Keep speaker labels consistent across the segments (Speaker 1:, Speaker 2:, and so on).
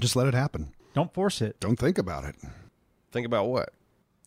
Speaker 1: just let it happen.
Speaker 2: Don't force it.
Speaker 1: Don't think about it.
Speaker 3: Think about what?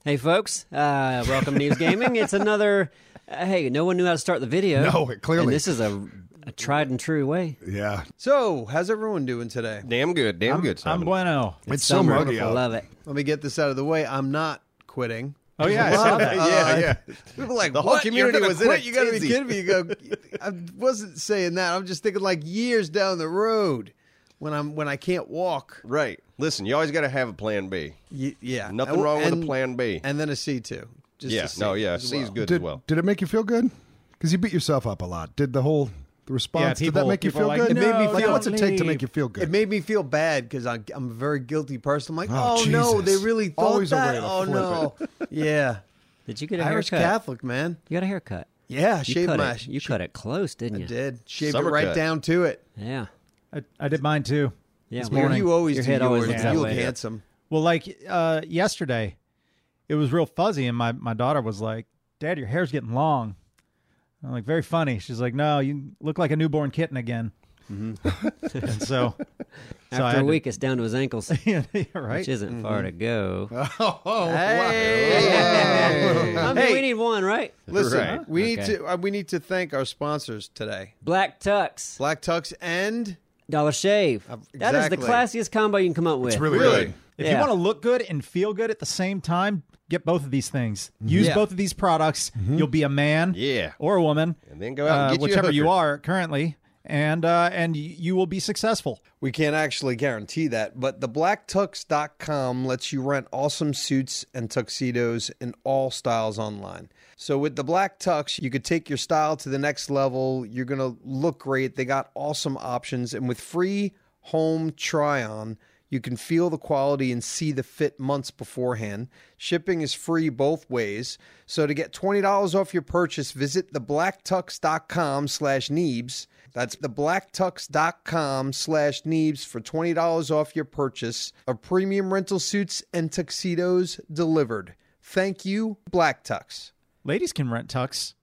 Speaker 4: Hey, folks. Uh, welcome to News Gaming. It's another. Uh, hey, no one knew how to start the video.
Speaker 1: No, it clearly-
Speaker 4: And this is a, a tried and true way.
Speaker 1: Yeah.
Speaker 5: So, how's everyone doing today?
Speaker 3: Damn good. Damn
Speaker 2: I'm
Speaker 3: good. Simon.
Speaker 2: bueno.
Speaker 1: It's, so
Speaker 4: summer.
Speaker 1: muggy out.
Speaker 4: I love it.
Speaker 5: Let me get this out of the way. I'm not quitting.
Speaker 2: Oh yeah, I saw that.
Speaker 1: yeah, yeah.
Speaker 5: People like
Speaker 3: The whole
Speaker 5: what?
Speaker 3: community
Speaker 5: You're gonna
Speaker 3: was in
Speaker 5: quit?
Speaker 3: a
Speaker 5: You gotta be
Speaker 3: tizzy.
Speaker 5: kidding me. You go. I wasn't saying that. I'm just thinking like years down the road when I'm when I can't walk.
Speaker 3: Right. Listen, you always got to have a plan B.
Speaker 5: Y- yeah,
Speaker 3: Nothing
Speaker 5: And-
Speaker 3: wrong with a
Speaker 5: and-
Speaker 3: plan B.
Speaker 5: and then a C two. Just
Speaker 3: yeah.
Speaker 5: a C
Speaker 3: No. Yeah.
Speaker 5: as
Speaker 3: C is
Speaker 5: well.
Speaker 3: good as
Speaker 1: Did,
Speaker 3: well.
Speaker 1: did it make you feel good? Because you beat yourself up a lot. Did the whole the response? did that
Speaker 2: people-
Speaker 1: make you
Speaker 2: people
Speaker 1: feel
Speaker 2: are like,
Speaker 1: good?
Speaker 2: It made me
Speaker 1: Like,
Speaker 2: feel-
Speaker 1: what's it take to
Speaker 2: leave.
Speaker 1: make you feel
Speaker 5: It
Speaker 1: good?
Speaker 5: made me feel bad because I'm I'm a very guilty person. I'm like,
Speaker 1: Oh,
Speaker 5: oh, no, they
Speaker 1: Jesus.
Speaker 5: really thought
Speaker 1: Always a way
Speaker 5: that.
Speaker 1: to
Speaker 5: oh
Speaker 1: flip
Speaker 5: no, yeah,
Speaker 4: Did you get a
Speaker 5: Irish
Speaker 4: haircut?
Speaker 5: Catholic man.
Speaker 4: You got a haircut.
Speaker 5: Yeah,
Speaker 4: You
Speaker 5: shaved
Speaker 4: cut
Speaker 5: my
Speaker 4: it. You cut it close, didn't you?
Speaker 5: did shaved
Speaker 3: Summer
Speaker 5: it right
Speaker 3: cut.
Speaker 5: down to it.
Speaker 4: Yeah.
Speaker 2: I, I did mine too.
Speaker 4: Yeah.
Speaker 2: This
Speaker 4: well,
Speaker 2: morning.
Speaker 5: You always
Speaker 4: your
Speaker 5: do
Speaker 4: head always
Speaker 5: yours.
Speaker 4: looks
Speaker 2: Yeah.
Speaker 4: that
Speaker 5: You look
Speaker 4: way.
Speaker 5: handsome.
Speaker 2: Well, like uh, yesterday, it was real fuzzy, and my, my daughter was like, "Dad, your hair's getting long." I'm like, "Very funny." She's like, "No, you look like a newborn kitten again." and so, so I
Speaker 4: After
Speaker 2: had
Speaker 4: a week, it's down to his ankles,
Speaker 2: to, yeah,
Speaker 4: which
Speaker 2: right?
Speaker 4: isn't far to go.
Speaker 5: Hey.
Speaker 4: I mean, we need one, right?
Speaker 5: Listen,
Speaker 3: Right.
Speaker 5: we need
Speaker 4: Okay.
Speaker 5: to uh, we need to thank our sponsors today.
Speaker 4: Black tux.
Speaker 5: Black Tux and
Speaker 4: Dollar Shave. That is the
Speaker 5: exactly.
Speaker 4: classiest combo you can come up with.
Speaker 1: really,
Speaker 3: Really?
Speaker 1: good.
Speaker 2: if you
Speaker 4: Yeah.
Speaker 2: want to look good and feel good at the same time, get both of these things. Use
Speaker 5: Yeah.
Speaker 2: both of these products. You'll be a man,
Speaker 3: Mm-hmm. Yeah.
Speaker 2: or a woman,
Speaker 3: And then go out and
Speaker 2: uh,
Speaker 3: get you a
Speaker 2: whichever you
Speaker 3: hooker.
Speaker 2: are currently, and uh, and y- you will be successful.
Speaker 5: we can't actually guarantee that, but the blacktux.com lets you rent awesome suits and tuxedos in all styles online. So with the Black Tux, you could take your style to the next level. You're going to look great. They got awesome options and with free home try-on You can feel the quality and see the fit months beforehand. Shipping is free both ways. So to get $20 off your purchase, visit theblacktux.com slash Neebs. That's theblacktux.com slash Neebs for $20 off your purchase of premium rental suits and tuxedos delivered. Thank you, Black Tux.
Speaker 2: Ladies can rent tux,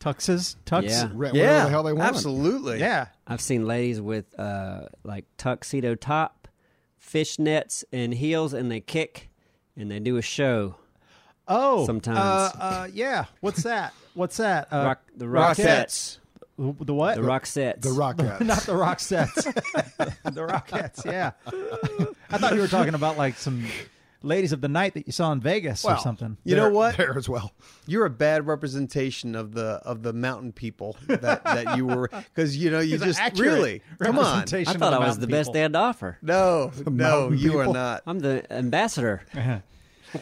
Speaker 2: tuxes, tux.
Speaker 4: Yeah.
Speaker 1: Re- Whatever the hell they want.
Speaker 5: absolutely.
Speaker 2: yeah.
Speaker 4: I've seen ladies with uh, like tuxedo top, fishnets, and heels, and they kick and they do a show.
Speaker 2: Oh,
Speaker 4: Sometimes.
Speaker 2: Uh, uh, yeah. What's that? What's that? Uh,
Speaker 4: Rock, the Rockettes.
Speaker 2: The what?
Speaker 4: The Rockettes.
Speaker 1: The Rockettes.
Speaker 2: Not the Roxettes. the Rockettes. Yeah. I thought you were talking about like some ladies of the night that you saw in Vegas or something.
Speaker 5: You know
Speaker 1: They're-
Speaker 5: what?
Speaker 1: There as well.
Speaker 5: You're a bad representation of the of the mountain people that, that you were because you know you
Speaker 2: It's an
Speaker 5: just
Speaker 2: accurate
Speaker 5: really come on.
Speaker 2: representation
Speaker 4: I
Speaker 2: of
Speaker 4: thought I was
Speaker 2: mountain
Speaker 4: the best
Speaker 2: people.
Speaker 4: they had to offer.
Speaker 5: No, no,
Speaker 1: mountain
Speaker 5: you
Speaker 1: people.
Speaker 5: are not.
Speaker 4: I'm the ambassador,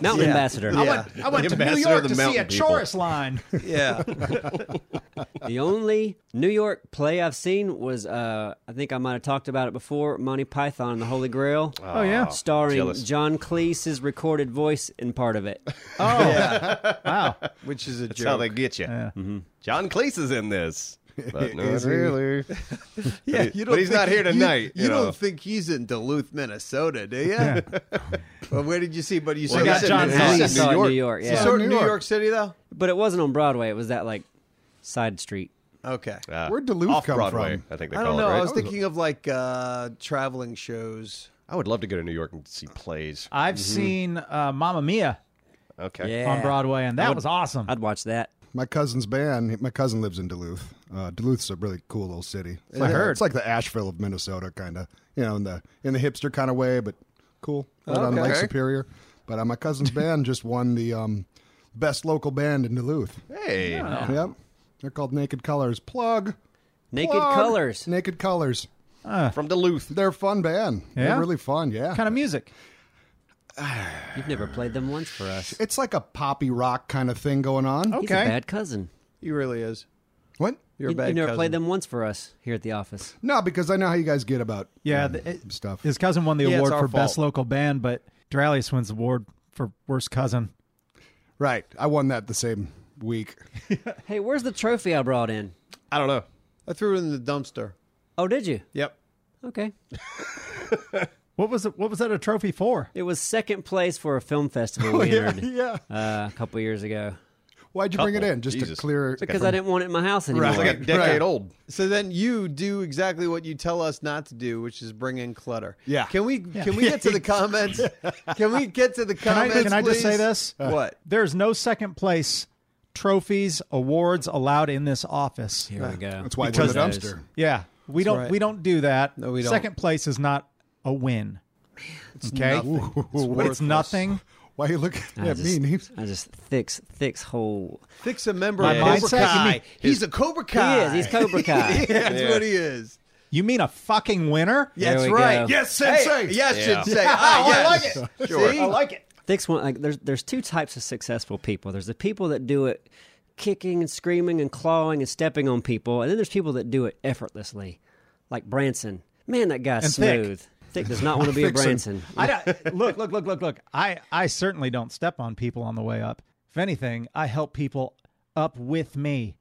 Speaker 4: mountain ambassador.
Speaker 2: I
Speaker 5: Yeah.
Speaker 2: went, I went to New
Speaker 3: ambassador
Speaker 2: York
Speaker 3: of the
Speaker 2: to see
Speaker 3: mountain
Speaker 2: a
Speaker 3: people.
Speaker 2: chorus line.
Speaker 5: Yeah,
Speaker 4: The only New York play I've seen was, uh, I think I might have talked about it before, Monty Python and the Holy Grail.
Speaker 2: Oh yeah.
Speaker 4: starring
Speaker 3: jealous.
Speaker 4: John Cleese's recorded voice in part of it.
Speaker 2: Oh wow.
Speaker 5: which is a
Speaker 3: That's how
Speaker 5: joke.
Speaker 3: they get you. John Cleese is in this. But no,
Speaker 1: Is he?
Speaker 3: really.
Speaker 5: yeah,
Speaker 3: you don't he's think- not here tonight,
Speaker 5: You,
Speaker 3: you know.
Speaker 5: don't think he's in Duluth, Minnesota, do you? well, where did you see? But you said
Speaker 3: I
Speaker 5: you
Speaker 3: got
Speaker 5: said
Speaker 2: John
Speaker 5: New-
Speaker 2: Cena.
Speaker 5: you
Speaker 4: I
Speaker 5: said
Speaker 4: saw it in
Speaker 5: New York.
Speaker 4: New York,
Speaker 5: You
Speaker 4: yeah.
Speaker 5: saw it in
Speaker 1: New
Speaker 5: New
Speaker 1: York.
Speaker 5: York City though.
Speaker 4: But it wasn't on Broadway. It was that like side street.
Speaker 5: Okay.
Speaker 3: Uh,
Speaker 1: Where'd Duluth
Speaker 3: off
Speaker 1: come
Speaker 3: Broadway,
Speaker 1: from?
Speaker 3: I think they
Speaker 5: I
Speaker 3: call
Speaker 5: don't
Speaker 3: it.
Speaker 5: know.
Speaker 3: right?
Speaker 5: I was thinking of like uh traveling shows.
Speaker 3: I would love to go to New York and see plays.
Speaker 2: I've seen uh, Mamma Mia
Speaker 3: Okay.
Speaker 4: Yeah.
Speaker 2: on Broadway, and that was awesome.
Speaker 4: I'd watch that.
Speaker 1: My cousin's band. My cousin lives in Duluth. Uh, Duluth's a really cool little city. It's
Speaker 2: I
Speaker 1: like,
Speaker 2: heard.
Speaker 1: It's like the Asheville of Minnesota, kind of. You know, in the in the hipster kind of way, but cool. Right on Lake
Speaker 5: Okay.
Speaker 1: Superior. But uh, my cousin's band just won the um, best local band in Duluth.
Speaker 3: Hey.
Speaker 1: Yep. They're called Naked Colors. Plug.
Speaker 4: Naked
Speaker 1: Plug.
Speaker 4: Colors.
Speaker 1: Naked Colors.
Speaker 3: From Duluth.
Speaker 1: They're a fun band.
Speaker 2: Yeah?
Speaker 1: They're really fun. Yeah.
Speaker 2: kind of music.
Speaker 4: You've never played them once for us.
Speaker 1: It's like a poppy rock kind of thing going on.
Speaker 4: He's a
Speaker 2: Okay.
Speaker 4: bad cousin.
Speaker 5: He really is.
Speaker 1: What?
Speaker 5: You're
Speaker 4: you,
Speaker 5: a bad
Speaker 4: you never
Speaker 5: cousin.
Speaker 4: played them once for us here at the office.
Speaker 1: No, because I know how you guys get about
Speaker 2: Yeah,
Speaker 1: um,
Speaker 2: the, it-
Speaker 1: stuff.
Speaker 2: His cousin won the
Speaker 5: Yeah, it's
Speaker 2: award for
Speaker 5: our
Speaker 2: best
Speaker 5: fault.
Speaker 2: local band, but Duralius wins the award for worst cousin.
Speaker 1: Right. I won that the same week.
Speaker 4: Hey, where's the trophy I brought in?
Speaker 3: I don't know.
Speaker 5: I threw it in the dumpster.
Speaker 4: Oh, did you?
Speaker 5: Yep.
Speaker 4: Okay.
Speaker 2: What was it, what was that a trophy for?
Speaker 1: Oh,
Speaker 4: It was second place for a film festival we entered
Speaker 1: yeah.
Speaker 4: uh, a couple years ago.
Speaker 1: Why'd you bring it
Speaker 3: Couple.
Speaker 1: in? Just to
Speaker 3: Jesus.
Speaker 1: clear.
Speaker 4: because I didn't want it in my house anymore.
Speaker 3: It's like a
Speaker 5: Right,
Speaker 3: decade
Speaker 5: right.
Speaker 3: old.
Speaker 5: So then you do exactly what you tell us not to do, which is bring in clutter.
Speaker 1: Yeah.
Speaker 5: Can we can we get to the comments? can we get to the
Speaker 2: I-
Speaker 5: comments?
Speaker 2: can I just say
Speaker 5: please?
Speaker 2: this?
Speaker 5: what?
Speaker 2: There's no second place trophies, awards allowed in this office.
Speaker 4: Here we go.
Speaker 1: That's why it's in the
Speaker 4: Because-
Speaker 1: dumpster.
Speaker 2: Yeah, we don't
Speaker 5: right.
Speaker 2: we don't do that.
Speaker 5: No, we don't.
Speaker 2: Second place is not a win. It's okay,
Speaker 5: nothing.
Speaker 2: Ooh,
Speaker 5: It's
Speaker 2: but it's
Speaker 5: worthless.
Speaker 2: nothing.
Speaker 1: Why are you looking
Speaker 4: I
Speaker 1: at me,
Speaker 4: just,
Speaker 1: Neves?
Speaker 4: I just thicks thicks whole.
Speaker 5: Fix a member
Speaker 2: My
Speaker 5: of Cobra
Speaker 2: mindset, you mean-
Speaker 5: Kai. He's a Cobra
Speaker 4: He
Speaker 5: Kai.
Speaker 4: is. He's Cobra Kai.
Speaker 5: That's what he is.
Speaker 2: You mean a fucking winner?
Speaker 5: Yeah, That's
Speaker 4: we
Speaker 5: right.
Speaker 4: go.
Speaker 1: Yes,
Speaker 5: Hey,
Speaker 1: sensei.
Speaker 5: yes,
Speaker 3: Yeah.
Speaker 5: sensei. Ah, yes. I like it. Sure.
Speaker 2: I like it.
Speaker 4: Thicks one. Like, there's there's two types of successful people. There's the people that do it kicking and screaming and clawing and stepping on people, and then there's people that do it effortlessly, like Branson. Man, that guy's
Speaker 2: And Thick.
Speaker 4: smooth. Thick does not want to be a Branson.
Speaker 2: I don't, look, look, look, look, look. I I certainly don't step on people on the way up. If anything, I help people up with me.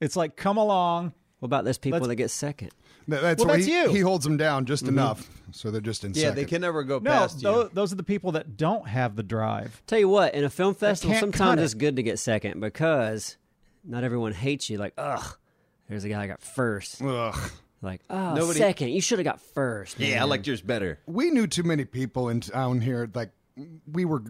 Speaker 2: It's like come along.
Speaker 4: What about those people
Speaker 2: Let's-
Speaker 4: that get second?
Speaker 1: Th- That's,
Speaker 2: Well,
Speaker 1: where
Speaker 2: that's
Speaker 1: he,
Speaker 2: you.
Speaker 1: He holds them down just enough, so they're just in
Speaker 5: Yeah,
Speaker 1: second.
Speaker 5: they can never go
Speaker 2: No,
Speaker 5: past
Speaker 2: tho-
Speaker 5: you.
Speaker 2: those are the people that don't have the drive.
Speaker 4: Tell you what, in a film festival,
Speaker 2: can't cut
Speaker 4: sometimes
Speaker 2: it.
Speaker 4: it's good to get second because not everyone hates you. Like, ugh, there's a guy that got first.
Speaker 1: Ugh.
Speaker 4: Like, oh,
Speaker 5: Nobody-
Speaker 4: second, you should have got first. Man.
Speaker 3: Yeah, I liked yours better.
Speaker 1: We knew too many people in town here. Like we were,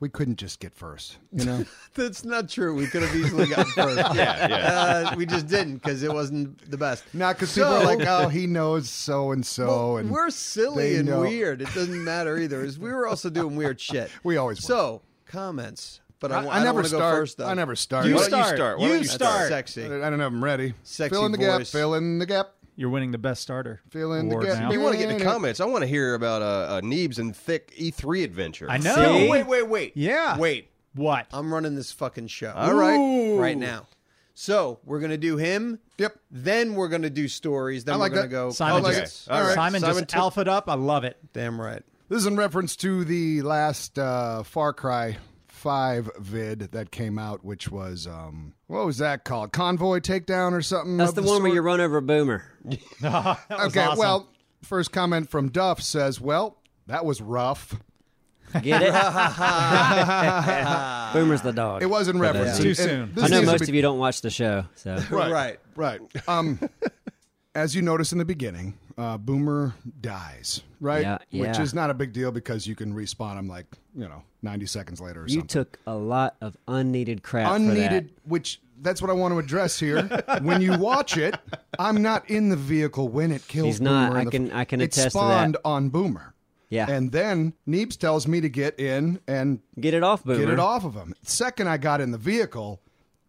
Speaker 1: we couldn't just get first. You know,
Speaker 5: That's not true. We could have easily gotten first.
Speaker 3: Yeah, yeah.
Speaker 5: Uh, we just didn't because it wasn't the best.
Speaker 1: not because people are like, oh, he knows so and so, Oh, and
Speaker 5: we're
Speaker 1: they
Speaker 5: silly and
Speaker 1: know-
Speaker 5: weird. It doesn't matter either. Is we were also doing weird shit.
Speaker 1: We always were.
Speaker 5: so comments. But I,
Speaker 1: I,
Speaker 5: wa-
Speaker 1: I
Speaker 5: don't
Speaker 1: never
Speaker 5: wanna
Speaker 1: start.
Speaker 5: Go first, though.
Speaker 1: I never start.
Speaker 3: You
Speaker 1: Why
Speaker 3: start.
Speaker 1: don't
Speaker 3: Why don't
Speaker 2: You
Speaker 3: you
Speaker 5: That's
Speaker 2: start.
Speaker 5: sexy.
Speaker 1: I don't have them ready.
Speaker 5: Sexy
Speaker 1: fill in the gap.
Speaker 5: voice.
Speaker 1: Fill in the gap.
Speaker 2: You're winning the best starter.
Speaker 1: Fill in the
Speaker 2: award
Speaker 1: gap.
Speaker 2: now.
Speaker 3: You want to get in the comments? I want to hear about uh, uh, Neebs and Thick E3 adventure.
Speaker 2: I know.
Speaker 4: See?
Speaker 5: Wait, wait, wait.
Speaker 2: Yeah.
Speaker 5: Wait.
Speaker 2: What?
Speaker 5: I'm running this fucking show.
Speaker 3: All right.
Speaker 5: Right now. So we're gonna do him.
Speaker 1: Yep.
Speaker 5: Then we're gonna do stories. Then
Speaker 1: I like
Speaker 5: we're gonna
Speaker 1: that. Uh,
Speaker 5: go.
Speaker 2: Simon
Speaker 1: like
Speaker 2: just,
Speaker 1: it. All right.
Speaker 2: Simon,
Speaker 1: Simon
Speaker 2: just alpha it up. I love it.
Speaker 5: Damn right.
Speaker 1: This is in reference to the last uh, Far Cry 5 vid that came out, which was, um, what was that called? Convoy Takedown or something?
Speaker 4: That's
Speaker 1: of
Speaker 4: the, one where
Speaker 1: sort?
Speaker 4: you run over a boomer.
Speaker 2: That was
Speaker 1: Okay,
Speaker 2: awesome.
Speaker 1: well, first comment from Duff says, well, that was rough.
Speaker 4: Get it? Boomer's the dog.
Speaker 1: It was in reference.
Speaker 2: Too
Speaker 1: and-
Speaker 2: soon.
Speaker 1: and this
Speaker 4: I know
Speaker 1: needs to
Speaker 4: most
Speaker 1: be-
Speaker 4: of you don't watch the show, so
Speaker 5: Right.
Speaker 1: Right. Um, as you notice in the beginning, uh, Boomer dies, right?
Speaker 4: Yeah,
Speaker 1: Which
Speaker 4: yeah.
Speaker 1: is not a big deal because you can respawn him like, you know, 90 seconds later or
Speaker 4: you
Speaker 1: something.
Speaker 4: took a lot of unneeded crap.
Speaker 1: unneeded which that's what I want to address here. when you watch it, I'm not in the vehicle when it kills
Speaker 4: He's not.
Speaker 1: Boomer. in
Speaker 4: I
Speaker 1: the-
Speaker 4: can- I can
Speaker 1: it
Speaker 4: attest to that.
Speaker 1: spawned on Boomer.
Speaker 4: Yeah.
Speaker 1: And then Neebs tells me to get in and
Speaker 4: For that. Get it off, Boomer.
Speaker 1: get it off of him. Second I got in the vehicle,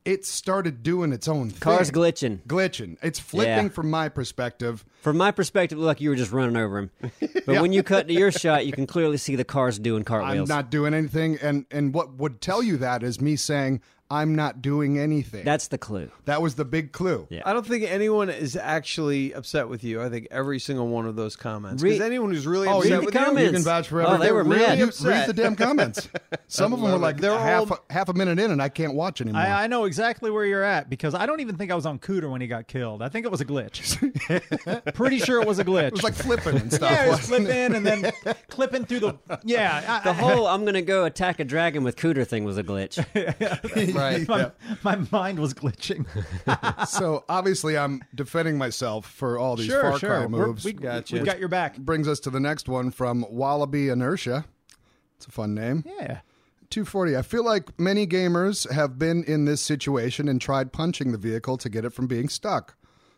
Speaker 1: it started doing its own thing.
Speaker 4: Car's glitching.
Speaker 1: Glitching. It's flipping
Speaker 4: Yeah.
Speaker 1: from my perspective.
Speaker 4: From my perspective, it looked like you were just running over him. But when you cut to your shot, you can clearly see the cars doing
Speaker 1: I'm
Speaker 4: cartwheels.
Speaker 1: not doing anything and and what would tell you that is me saying I'm not doing anything.
Speaker 4: That's the clue.
Speaker 1: that was the big clue.
Speaker 4: Yeah.
Speaker 5: I don't think anyone is actually upset with you. I think every single one of those comments. Because
Speaker 4: Read-
Speaker 5: anyone who's really
Speaker 1: Oh,
Speaker 5: upset
Speaker 1: you,
Speaker 4: the
Speaker 5: with
Speaker 1: you
Speaker 4: comments.
Speaker 1: can vouch forever.
Speaker 4: Oh, they were
Speaker 1: really
Speaker 4: mad.
Speaker 1: you-
Speaker 5: upset.
Speaker 1: Read the damn comments. Some of them were like
Speaker 5: They're
Speaker 1: half
Speaker 5: all-
Speaker 1: half a minute in, and I can't watch anymore.
Speaker 2: I, I know exactly where you're at because I don't even think I was on Cooter when he got killed. I think it was a glitch. Pretty sure it was a glitch.
Speaker 1: it was like flipping and stuff.
Speaker 2: yeah, it was
Speaker 1: wasn't it?
Speaker 2: flipping and then clipping through the yeah. I-
Speaker 4: The whole I'm going to go attack a dragon with Cooter thing was a glitch.
Speaker 2: I-
Speaker 5: you. Right.
Speaker 2: my, my mind was glitching.
Speaker 1: so obviously, I'm defending myself for all these
Speaker 2: sure,
Speaker 1: Far
Speaker 2: sure.
Speaker 1: Cry
Speaker 2: We're-
Speaker 1: moves.
Speaker 2: We,
Speaker 5: Gotcha.
Speaker 2: have got your back.
Speaker 1: Brings us to the next one from Wallaby Inertia. It's a fun name.
Speaker 2: Yeah.
Speaker 1: 240. I feel like many gamers have been in this situation and tried punching the vehicle to get it from being stuck.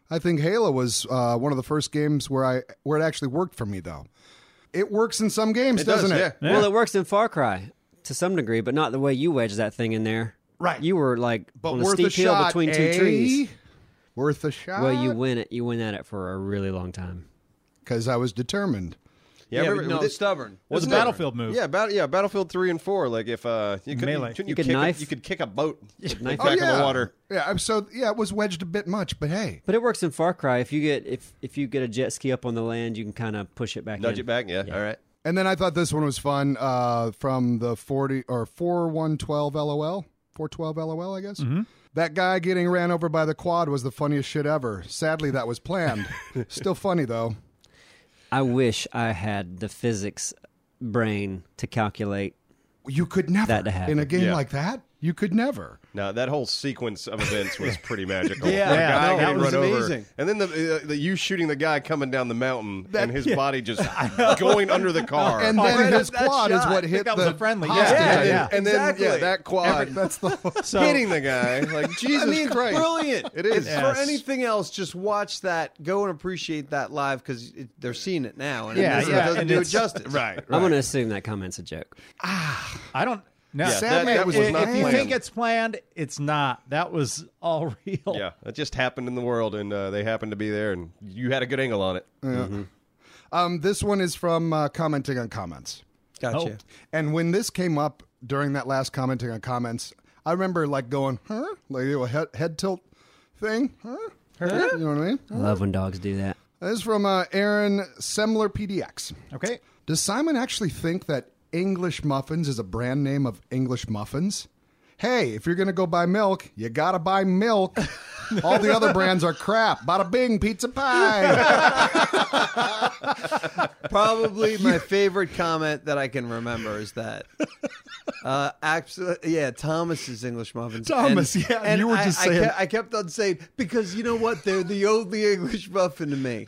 Speaker 1: I think Halo was uh, one of the first games where I where it actually worked for me though. It works in some games,
Speaker 5: It does,
Speaker 1: doesn't it?
Speaker 5: yeah.
Speaker 4: Well, it works in Far Cry to some degree, but not the way you wedged that thing in there.
Speaker 1: Right.
Speaker 4: You were like
Speaker 1: But
Speaker 4: on a
Speaker 1: worth
Speaker 4: steep
Speaker 1: a
Speaker 4: hill
Speaker 1: shot,
Speaker 4: between two
Speaker 1: eh?
Speaker 4: trees.
Speaker 1: Worth a shot.
Speaker 4: Well, you win it. You win at it for a really long time.
Speaker 1: because I was determined.
Speaker 5: Yeah,
Speaker 3: remember-
Speaker 5: but no,
Speaker 3: this-
Speaker 5: stubborn.
Speaker 2: Was a
Speaker 3: Wasn't it-
Speaker 2: battlefield move.
Speaker 3: Yeah, bat- yeah, Battlefield three and four. Like if uh, you could,
Speaker 2: Melee.
Speaker 4: You
Speaker 3: you,
Speaker 4: could
Speaker 3: kick
Speaker 4: knife.
Speaker 3: A, you could kick a boat
Speaker 4: Knife.
Speaker 3: back in
Speaker 1: yeah.
Speaker 3: the water.
Speaker 1: Yeah, I'm so yeah, it was wedged a bit much, but hey,
Speaker 4: But it works in Far Cry. If you get if if you get a jet ski up on the land, you can kind of push it back.
Speaker 3: Nudge
Speaker 4: in.
Speaker 3: it back. Yeah, all right.
Speaker 1: And then I thought this one was fun uh, from the 40 or 4112 LOL. 412 LOL, I guess.
Speaker 2: Mm-hmm.
Speaker 1: That guy getting ran over by the quad was the funniest shit ever. Sadly, that was planned. Still funny, though.
Speaker 4: I wish I had the physics brain to calculate
Speaker 1: You could never
Speaker 4: That to happen.
Speaker 1: in a game
Speaker 3: Yeah.
Speaker 1: like that. You could never.
Speaker 3: Now that whole sequence of events was pretty magical.
Speaker 5: Yeah,
Speaker 3: the
Speaker 5: yeah,
Speaker 3: guy
Speaker 5: no, that
Speaker 3: getting
Speaker 5: was
Speaker 3: run
Speaker 5: amazing.
Speaker 3: over, and then the, uh, the you shooting the guy coming down the mountain, and his body just going under the car.
Speaker 1: And
Speaker 2: I
Speaker 1: then
Speaker 2: read
Speaker 1: his
Speaker 2: up Oh, that
Speaker 1: quad is
Speaker 2: shot.
Speaker 1: what
Speaker 2: I
Speaker 1: hit
Speaker 2: think that
Speaker 1: the
Speaker 2: was a friendly. Yeah,
Speaker 1: hostage.
Speaker 2: yeah,
Speaker 3: yeah, and then,
Speaker 2: yeah.
Speaker 3: and then yeah,
Speaker 5: Exactly.
Speaker 3: that quad
Speaker 1: That's the
Speaker 2: So
Speaker 3: hitting the guy like Jesus Christ.
Speaker 5: brilliant.
Speaker 3: It is.
Speaker 5: If
Speaker 2: Yes.
Speaker 5: For anything else, just watch that. Go and appreciate that live because they're seeing it now, and
Speaker 2: Yeah,
Speaker 5: it doesn't,
Speaker 2: yeah,
Speaker 5: doesn't
Speaker 2: and
Speaker 5: do it
Speaker 2: it's-
Speaker 5: justice.
Speaker 3: Right.
Speaker 4: I'm going to assume that comment's a joke.
Speaker 2: I don't. No.
Speaker 3: Yeah,
Speaker 1: Sad
Speaker 3: that,
Speaker 1: man
Speaker 3: that was
Speaker 1: was
Speaker 2: if
Speaker 3: not
Speaker 2: if you
Speaker 3: planned.
Speaker 2: think it's planned, it's not. That was all real.
Speaker 3: yeah, it just happened in the world, and uh, they happened to be there, and you had a good angle on it.
Speaker 1: um, this one is from uh, commenting on comments.
Speaker 5: Gotcha.
Speaker 1: And when this came up during that last commenting on comments, I remember like going, huh? Like a head, head tilt thing, huh? You know what I mean?
Speaker 4: I love when dogs do that.
Speaker 1: This is from uh, Aaron Semler PDX.
Speaker 2: Okay.
Speaker 1: Does Simon actually think that English muffins is a brand name of English muffins? Hey, if you're going to go buy milk, you got to buy milk. All the other brands are crap. Bada bing, pizza pie.
Speaker 5: Probably my favorite comment that I can remember is that. Uh, absolutely, yeah. Thomas's English muffins.
Speaker 1: Thomas,
Speaker 5: and,
Speaker 1: yeah,
Speaker 5: and
Speaker 1: you were
Speaker 5: I-
Speaker 1: just
Speaker 5: I
Speaker 1: saying-
Speaker 5: kept, I kept on saying because you know what? They're the only English muffin to me,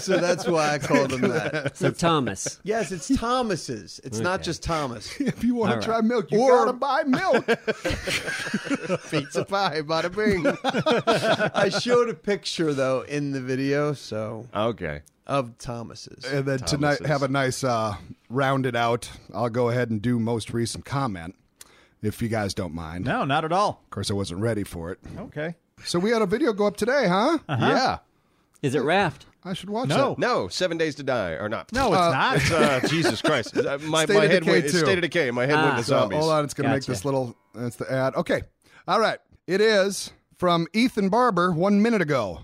Speaker 5: so that's why I called them that.
Speaker 4: So Thomas,
Speaker 5: Yes, it's Thomas's. It's not just Thomas.
Speaker 1: if you want to try milk, you got
Speaker 5: Or-
Speaker 1: to buy milk.
Speaker 5: Pizza pie, bada bing. I showed a picture though in the video, so
Speaker 3: Okay.
Speaker 5: of Thomas's.
Speaker 1: And then tonight,
Speaker 3: Thomas's.
Speaker 1: have a nice uh, rounded out. I'll go ahead and do most recent comment, if you guys don't mind.
Speaker 2: No, not at all.
Speaker 1: Of course, I wasn't ready for it.
Speaker 2: Okay.
Speaker 1: So we had a video go up today, huh?
Speaker 3: Yeah.
Speaker 4: is it Raft?
Speaker 1: I should watch
Speaker 2: No.
Speaker 3: No, Seven Days to Die or not?
Speaker 2: No, it's not.
Speaker 3: It's, uh, Jesus Christ! Uh, My,
Speaker 1: State
Speaker 3: my
Speaker 1: of
Speaker 3: head
Speaker 1: Decay
Speaker 3: went. It's
Speaker 1: too.
Speaker 3: state of decay. My head went
Speaker 4: Ah.
Speaker 3: to
Speaker 1: that. So
Speaker 3: zombies.
Speaker 1: hold on, it's going to
Speaker 4: Gotcha.
Speaker 1: make this little. That's the ad. Okay. All right. It is from Ethan Barber one minute ago.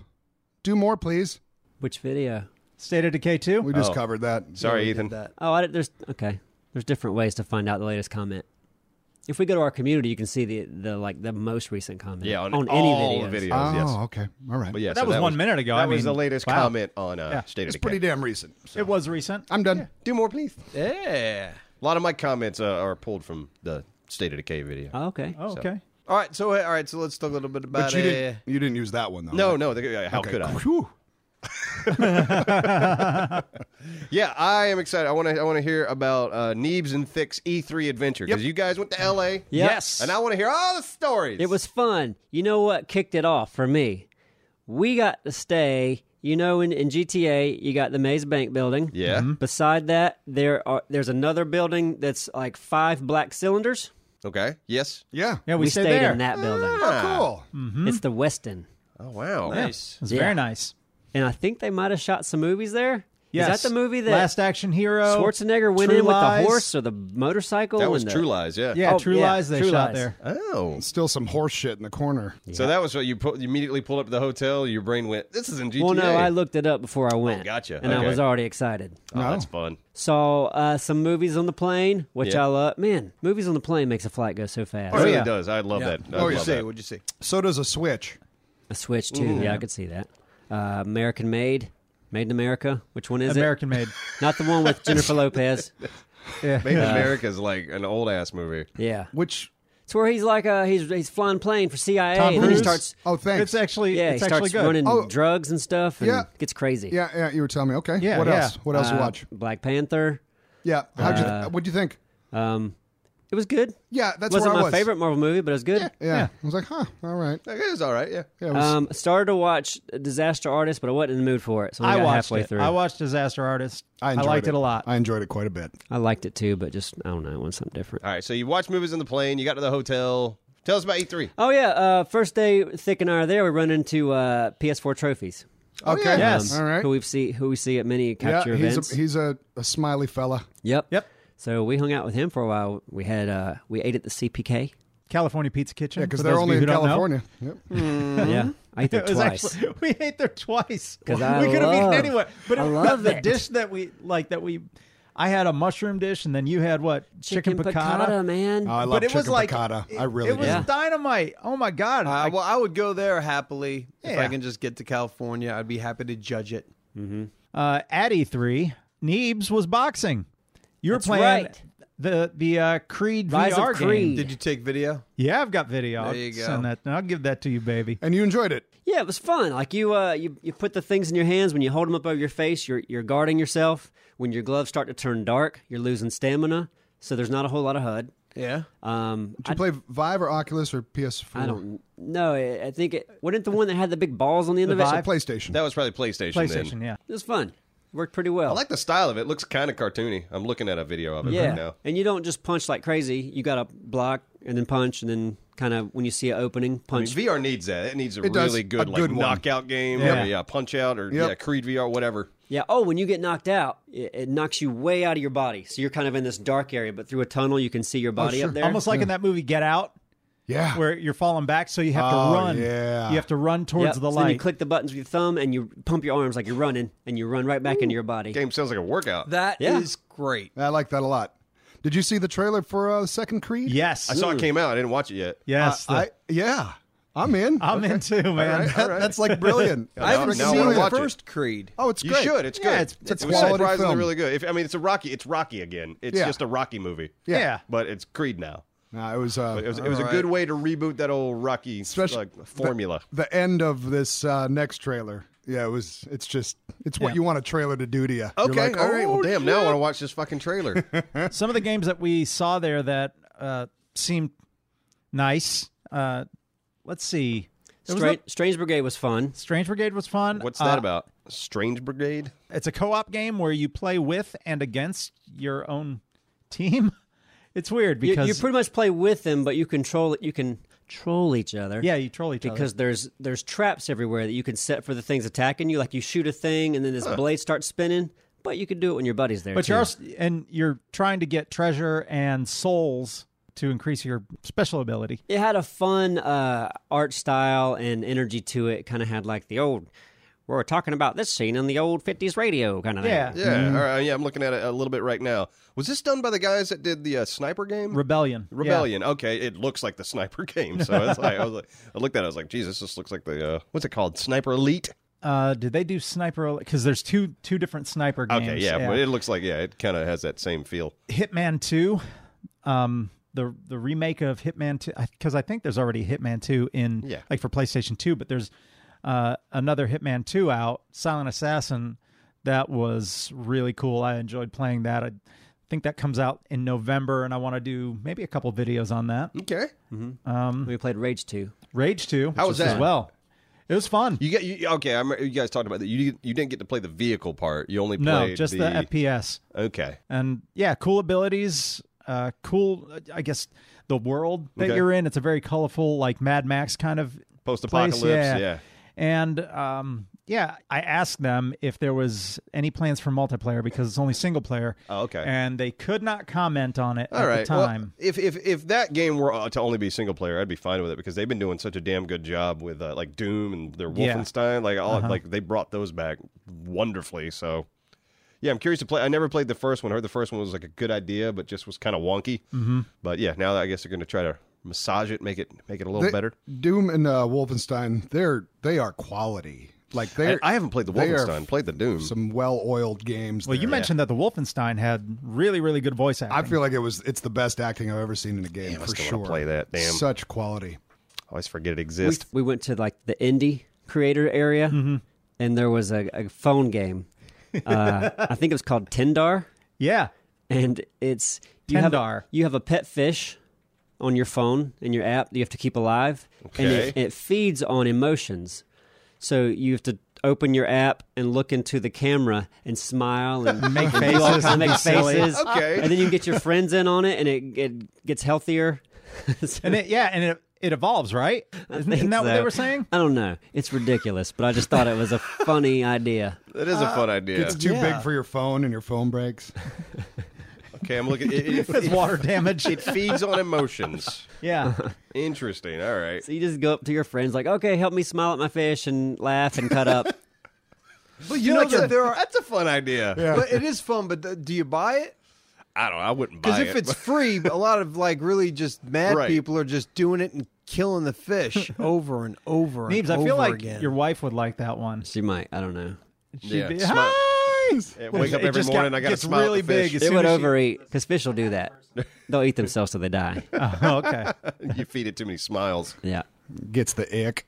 Speaker 1: Do more, please.
Speaker 4: Which video?
Speaker 2: State of Decay 2?
Speaker 1: We just
Speaker 3: Oh.
Speaker 1: covered that.
Speaker 3: Sorry,
Speaker 5: Did
Speaker 3: Ethan.
Speaker 5: that.
Speaker 4: Oh, I, did- there's okay. There's different ways to find out the latest comment. If we go to our community, you can see the, the like the most recent comment.
Speaker 3: Yeah, on,
Speaker 4: any
Speaker 3: all
Speaker 4: videos.
Speaker 3: videos.
Speaker 1: Oh,
Speaker 3: yes.
Speaker 1: okay. All right.
Speaker 3: But yeah,
Speaker 2: That
Speaker 3: so
Speaker 2: was one minute ago.
Speaker 3: That
Speaker 2: I
Speaker 3: was the
Speaker 2: mean,
Speaker 3: latest
Speaker 2: wow.
Speaker 3: comment on uh,
Speaker 2: Yeah.
Speaker 3: State of
Speaker 1: It's
Speaker 3: Decay.
Speaker 1: pretty damn recent. So
Speaker 2: It was recent.
Speaker 1: I'm done.
Speaker 3: Do more, please.
Speaker 5: Yeah.
Speaker 3: A lot of my comments uh, are pulled from the State of Decay video.
Speaker 4: Oh, okay.
Speaker 2: Oh, okay.
Speaker 5: All right. So all right. So let's talk a little bit about
Speaker 1: But you
Speaker 5: it.
Speaker 1: didn't. You didn't use that one though.
Speaker 3: uh, no,
Speaker 1: right?
Speaker 3: no. The, uh, how
Speaker 1: Okay,
Speaker 3: could I?
Speaker 1: Whew.
Speaker 3: Yeah, I am excited. I want to. I want to hear about uh, Neebs and Thick's E3 adventure because you guys went to LA.
Speaker 4: Yes.
Speaker 3: and I want to hear all the stories.
Speaker 4: It was fun. You know what kicked it off for me? We got to stay. You know, in, in GTA, you got the Maze Bank building.
Speaker 3: Yeah. Mhm.
Speaker 4: Beside that, there are there's another building that's like five black cylinders.
Speaker 3: okay. Yes.
Speaker 1: Yeah.
Speaker 2: Yeah, we,
Speaker 4: We,
Speaker 2: stayed,
Speaker 4: stayed
Speaker 2: there. Ah. Mm-hmm.
Speaker 4: in that building.
Speaker 1: Oh, cool.
Speaker 4: It's the Westin,
Speaker 3: Oh wow.
Speaker 5: Nice.
Speaker 2: It was
Speaker 4: Yeah.
Speaker 2: very nice.
Speaker 4: and I think they might have shot some movies there.
Speaker 2: Yes.
Speaker 4: Is that the movie that
Speaker 2: Last Action Hero?
Speaker 4: Schwarzenegger went
Speaker 2: True
Speaker 4: in with
Speaker 2: Lies.
Speaker 4: the horse or the motorcycle?
Speaker 3: That was
Speaker 4: and the-
Speaker 3: True Lies. Yeah.
Speaker 2: Yeah,
Speaker 4: Oh,
Speaker 2: True
Speaker 4: yeah,
Speaker 2: Lies. They
Speaker 4: True
Speaker 2: shot
Speaker 4: Lies.
Speaker 2: there.
Speaker 3: Oh.
Speaker 1: Still some horse shit in the corner.
Speaker 3: So that was what you put. You immediately pulled up to the hotel. Your brain went, "This is in GTA."
Speaker 4: Well, Oh, no, I looked it up before I
Speaker 2: Oh,
Speaker 4: went.
Speaker 3: gotcha.
Speaker 4: And
Speaker 3: Okay.
Speaker 4: I was already excited.
Speaker 3: Oh, that's fun.
Speaker 4: Saw uh, some movies on the plane, which
Speaker 3: Yeah.
Speaker 4: I love. Man, movies on the plane makes a flight go so fast.
Speaker 1: Oh,
Speaker 3: It really
Speaker 2: yeah.
Speaker 3: does. I love that. I
Speaker 5: What'd Oh, you
Speaker 3: love
Speaker 5: say?
Speaker 3: that.
Speaker 5: What'd you say?
Speaker 1: So does a switch.
Speaker 4: A Switch too.
Speaker 1: Mm-hmm.
Speaker 4: Yeah, I could see that. Uh, American Made, Made in America. Which one is
Speaker 2: American made.
Speaker 4: it? Not the one with Jennifer Lopez.
Speaker 2: Yeah.
Speaker 3: Made in America is like an old ass movie.
Speaker 4: Yeah,
Speaker 1: Which
Speaker 4: it's where he's like a he's he's flying plane for CIA
Speaker 2: Tom
Speaker 4: and then he
Speaker 2: Cruise?
Speaker 4: starts
Speaker 1: oh thanks.
Speaker 2: It's actually,
Speaker 4: yeah
Speaker 2: it's
Speaker 4: he
Speaker 2: actually
Speaker 4: starts
Speaker 2: good.
Speaker 4: running
Speaker 1: Oh.
Speaker 4: drugs and stuff and
Speaker 1: Yeah.
Speaker 4: gets crazy.
Speaker 1: yeah, yeah, you were telling me. Okay.
Speaker 2: Yeah,
Speaker 1: what
Speaker 2: yeah.
Speaker 1: else? What else
Speaker 4: Uh,
Speaker 1: you watch?
Speaker 4: Black Panther.
Speaker 1: Yeah. How'd you
Speaker 2: uh,
Speaker 1: th- what'd you think?
Speaker 4: Um, it was good.
Speaker 1: Yeah, that's
Speaker 4: wasn't
Speaker 1: where I
Speaker 4: my
Speaker 1: was.
Speaker 4: favorite Marvel movie, but it was good.
Speaker 1: Yeah. I was like, huh, all right.
Speaker 3: Like, It was all right. Yeah.
Speaker 1: Yeah, it was-
Speaker 4: Um, started to watch Disaster Artist, but I wasn't in the mood for it, so I,
Speaker 2: I
Speaker 4: got
Speaker 2: watched
Speaker 4: halfway
Speaker 2: it.
Speaker 4: through.
Speaker 2: I watched Disaster Artist. I,
Speaker 1: enjoyed
Speaker 2: liked it. a lot.
Speaker 1: I enjoyed it quite a bit.
Speaker 4: I liked it too, but just I don't know, I want something different.
Speaker 3: All right. So you watched movies in the plane. You got to the hotel. Tell us about E E3.
Speaker 4: Oh yeah, uh, first day Thick and I are there. We run into uh, PS4 trophies.
Speaker 1: Okay.
Speaker 3: yeah.
Speaker 2: Oh, Yes.
Speaker 1: All right.
Speaker 4: Who we see who we see at many
Speaker 1: Yeah,
Speaker 4: capture events.
Speaker 1: he's a, he's a, a smiley fella.
Speaker 4: yep.
Speaker 2: Yep.
Speaker 4: So we hung out with him for a while. We had uh, we ate at the CPK.
Speaker 2: California Pizza Kitchen.
Speaker 1: Yeah, because
Speaker 2: for
Speaker 1: they're
Speaker 2: those of
Speaker 1: only
Speaker 2: you who
Speaker 1: in
Speaker 2: don't know. Mm.
Speaker 1: California. Yep.
Speaker 4: Yeah, I ate there
Speaker 2: It was
Speaker 4: twice.
Speaker 2: actually we ate there twice
Speaker 4: 'Cause I
Speaker 2: we could have eaten
Speaker 4: love-
Speaker 2: anywhere. But it,
Speaker 4: I love
Speaker 2: the
Speaker 4: it.
Speaker 2: dish that we like that we, I had a mushroom dish and then you had what
Speaker 4: Chicken, piccata, man.
Speaker 1: Oh, I love
Speaker 2: but it
Speaker 1: chicken
Speaker 2: was like
Speaker 1: piccata.
Speaker 2: It,
Speaker 1: I really
Speaker 2: it was
Speaker 1: do.
Speaker 4: Yeah.
Speaker 2: dynamite. Oh my god!
Speaker 5: Uh, well, I would go there happily if I
Speaker 2: Yeah.
Speaker 5: can just get to California. I'd be happy to judge it.
Speaker 2: uh, at E3, E Neebs was boxing. You were
Speaker 4: That's
Speaker 2: playing
Speaker 4: right.
Speaker 2: the the uh, Creed
Speaker 4: Rise
Speaker 2: VR
Speaker 4: of
Speaker 2: game.
Speaker 4: Creed.
Speaker 5: Did you take video?
Speaker 2: Yeah, I've got video. I'll
Speaker 5: There you go.
Speaker 2: send that. I'll give that to you, baby.
Speaker 1: And you enjoyed it.
Speaker 4: Yeah, it was fun. Like you, uh, you, you put the things in your hands when you hold them up over your face. You're you're guarding yourself. When your gloves start to turn dark, you're losing stamina. So there's not a whole lot of HUD.
Speaker 5: Yeah.
Speaker 4: Um,
Speaker 1: Did you play Vive or Oculus or PS4?
Speaker 4: I don't know. I I think it wasn't it the one that had the big balls on the end of it.
Speaker 1: It's a PlayStation.
Speaker 3: That was probably PlayStation.
Speaker 2: PlayStation,
Speaker 3: Then.
Speaker 2: yeah.
Speaker 4: It was fun. It worked pretty well.
Speaker 3: I like the style of it. it looks kind of cartoony. I'm looking at a video of it
Speaker 4: yeah,
Speaker 3: right now.
Speaker 4: and you don't just punch like crazy. You got to block and then punch and then kind of when you see an
Speaker 3: I
Speaker 4: opening,
Speaker 3: mean,
Speaker 4: punch.
Speaker 3: VR needs that. It needs a
Speaker 1: It does.
Speaker 3: really
Speaker 1: A
Speaker 3: good, like
Speaker 1: good one.
Speaker 3: knockout game.
Speaker 2: Yeah.
Speaker 3: Yeah, yeah Punch Out or
Speaker 1: Yep.
Speaker 3: yeah, Creed VR, whatever.
Speaker 4: yeah. Oh, when you get knocked out, it, it knocks you way out of your body. So you're kind of in this dark area, but through a tunnel, you can see your body
Speaker 1: sure.
Speaker 4: up there.
Speaker 2: Oh, Almost like in that movie Get Out,
Speaker 1: yeah.
Speaker 2: where you're falling back, so you have
Speaker 1: Oh,
Speaker 2: to run.
Speaker 1: yeah.
Speaker 2: You have to run towards
Speaker 4: Yep.
Speaker 2: the
Speaker 4: so
Speaker 2: light.
Speaker 4: Then you click the buttons with your thumb and you pump your arms like you're running, and you run right back into your body.
Speaker 3: Game sounds like a workout.
Speaker 5: That is
Speaker 4: Yeah.
Speaker 5: great.
Speaker 1: I like that a lot. Did you see the trailer for uh, Second Creed?
Speaker 2: yes.
Speaker 3: I saw it came out. I didn't watch it yet.
Speaker 2: Yes.
Speaker 1: uh, I, yeah. I'm in.
Speaker 2: am in too, man.
Speaker 1: That- That's like brilliant.
Speaker 5: I
Speaker 3: now-
Speaker 5: haven't
Speaker 3: now I
Speaker 5: seen
Speaker 3: wanna
Speaker 5: the
Speaker 3: watch it.
Speaker 5: first Creed.
Speaker 1: Oh, it's
Speaker 3: You
Speaker 1: great.
Speaker 3: should. It's
Speaker 2: Yeah,
Speaker 3: good.
Speaker 2: it's- it's
Speaker 1: a
Speaker 3: was
Speaker 1: quality
Speaker 3: surprisingly
Speaker 1: film.
Speaker 3: really good. If, I mean, it's a Rocky. It's Rocky again. It's
Speaker 1: Yeah.
Speaker 3: just a Rocky movie.
Speaker 2: yeah.
Speaker 3: but it's Creed now.
Speaker 1: No, it was, uh,
Speaker 3: It was, it was a good way to reboot that old Rocky
Speaker 1: Especially-
Speaker 3: like, formula.
Speaker 1: the end of this uh, next trailer. Yeah, it was. It's just. It's what
Speaker 2: Yeah.
Speaker 1: you want a trailer to do to you. You're
Speaker 3: okay,
Speaker 1: like,
Speaker 3: all right.
Speaker 1: oh,
Speaker 3: Well, damn. Now I want to watch this fucking trailer.
Speaker 2: Some of the games that we saw there that uh, seemed nice. Uh, let's see. There was no-
Speaker 4: Stra- Strange Brigade was fun.
Speaker 2: Strange Brigade was fun.
Speaker 3: What's
Speaker 2: Uh,
Speaker 3: that about? Strange Brigade.
Speaker 2: It's a co-op game where you play with and against your own team. It's weird
Speaker 4: You,
Speaker 2: because
Speaker 4: you pretty much play with them, but you control it. You can troll each other.
Speaker 2: yeah, you troll each other.
Speaker 4: Because there's there's traps everywhere that you can set for the things attacking you. Like you shoot a thing and then this blade starts spinning, but you can do it when your buddy's there.
Speaker 2: But
Speaker 4: too.
Speaker 2: you're also, and you're trying to get treasure and souls to increase your special ability.
Speaker 4: it had a fun uh, art style and energy to it. Kind of had like the old we were talking about this scene on the old '50s radio kind of
Speaker 2: Yeah.
Speaker 3: Yeah. All right. Yeah, I'm looking at it a little bit right now. Was this done by the guys that did the uh, sniper game?
Speaker 2: Rebellion. Yeah.
Speaker 3: Rebellion. Okay, it looks like the sniper game. So it's like, I was like, I looked at it. I was like, Jesus, this looks like the uh, what's it called? Sniper Elite.
Speaker 2: Uh, did they do sniper? Because there's two two different sniper games.
Speaker 3: Okay, yeah, but it looks like yeah, it kind of has that same feel.
Speaker 2: Hitman Two, um, the the remake of Hitman Two, because I think there's already Hitman Two in
Speaker 3: Yeah.
Speaker 2: like for PlayStation Two, but there's uh, another Hitman Two out, Silent Assassin. That was really cool. I enjoyed playing that. I think that comes out in November, and I want to do maybe a couple videos on that.
Speaker 3: Okay,
Speaker 4: Mm-hmm. We played Rage Two.
Speaker 2: Rage Two,
Speaker 3: How
Speaker 2: which
Speaker 3: was
Speaker 2: as
Speaker 3: that?
Speaker 2: well? It was fun.
Speaker 3: you get you, okay. I remember you guys talked about that. You you didn't get to play the vehicle part. You only
Speaker 2: no,
Speaker 3: played
Speaker 2: just the, FPS.
Speaker 3: okay.
Speaker 2: and yeah, cool abilities. Uh, cool, uh, I guess the world that
Speaker 3: Okay.
Speaker 2: you're in. It's a very colorful, like Mad Max kind of place.
Speaker 3: Post-apocalypse, yeah.
Speaker 2: And um, yeah, I asked them if there was any plans for multiplayer because it's only single player.
Speaker 3: Oh, okay.
Speaker 2: And they could not comment on it
Speaker 3: All
Speaker 2: at
Speaker 3: right.
Speaker 2: the time.
Speaker 3: Well, if if if that game were uh, to only be single player, I'd be fine with it because they've been doing such a damn good job with uh, like Doom and their
Speaker 2: Yeah.
Speaker 3: Wolfenstein. Like all like they brought those back wonderfully. So yeah, I'm curious to play. I never played the first one. I heard the first one was like a good idea, but just was kind of wonky. Mm-hmm. But yeah, now I guess they're going to try to massage it, make it make it a little
Speaker 1: they-
Speaker 3: better.
Speaker 1: Doom and uh, Wolfenstein. They're they are quality. Like they.
Speaker 3: And I haven't played the
Speaker 1: they are
Speaker 3: Wolfenstein. Played the Doom.
Speaker 1: Some well-oiled games.
Speaker 2: Well, you
Speaker 1: there.
Speaker 2: mentioned that the Wolfenstein had really, really good voice acting.
Speaker 1: I feel like it was. It's the best acting I've ever seen in a game
Speaker 3: I
Speaker 1: for
Speaker 3: still
Speaker 1: sure.
Speaker 3: wanna play that, damn.
Speaker 1: Such quality.
Speaker 3: Always forget it
Speaker 4: We,
Speaker 3: exists.
Speaker 4: we went to like the indie creator area,
Speaker 2: Mm-hmm.
Speaker 4: and there was a, a phone game. Uh, I think it was called Tendar,
Speaker 2: yeah.
Speaker 4: and it's you have
Speaker 2: Tendar.
Speaker 4: a, you have a pet fish on your phone in your app that you have to keep alive, and it,
Speaker 3: Okay.
Speaker 4: it feeds on emotions. So you have to open your app and look into the camera and smile and
Speaker 2: Make
Speaker 4: and do
Speaker 2: faces
Speaker 4: all kinds of
Speaker 2: and be
Speaker 4: make
Speaker 2: silly.
Speaker 4: faces.
Speaker 3: Okay.
Speaker 4: and then you get your friends in on it, and it it gets healthier. So-
Speaker 2: And it, yeah, and it, it evolves, right? Isn't, isn't
Speaker 4: think
Speaker 2: that what they
Speaker 4: so.
Speaker 2: were saying?
Speaker 4: I don't know. It's ridiculous, but I just thought it was a funny idea.
Speaker 3: That is a fun idea.
Speaker 1: It's too
Speaker 5: Yeah.
Speaker 1: big for your phone, and your phone breaks.
Speaker 3: Okay, I'm looking. It, it,
Speaker 2: It's
Speaker 3: it,
Speaker 2: water damage.
Speaker 3: it feeds on emotions.
Speaker 2: yeah.
Speaker 3: Interesting. All right.
Speaker 4: So you just go up to your friends, like, okay, help me smile at my fish and laugh and cut up.
Speaker 5: But you know that there are.
Speaker 3: That's a fun idea.
Speaker 5: But it is fun. But th- do you buy it?
Speaker 3: I don't. know. I wouldn't
Speaker 5: Because
Speaker 3: buy
Speaker 5: if
Speaker 3: it.
Speaker 5: it's free, a lot of like really just mad
Speaker 3: Right.
Speaker 5: people are just doing it and killing the fish over and over and
Speaker 2: Neebs, I
Speaker 5: over
Speaker 2: feel like
Speaker 5: again.
Speaker 2: your wife would like that one.
Speaker 4: She might. I don't know.
Speaker 2: She'd
Speaker 3: Yeah,
Speaker 2: be,
Speaker 3: smart.
Speaker 2: "Hi, things.
Speaker 3: Yeah, wake up every
Speaker 2: just
Speaker 3: morning, I gotta
Speaker 2: gets
Speaker 3: smile at
Speaker 2: really
Speaker 3: the
Speaker 2: big.
Speaker 3: fish.
Speaker 2: as
Speaker 4: It
Speaker 2: soon
Speaker 4: would
Speaker 2: as you-
Speaker 4: overeat because fish will do that. They'll eat themselves till they die.
Speaker 2: Oh, okay.
Speaker 3: you feed it too many smiles.
Speaker 4: Yeah.
Speaker 1: Gets the ick.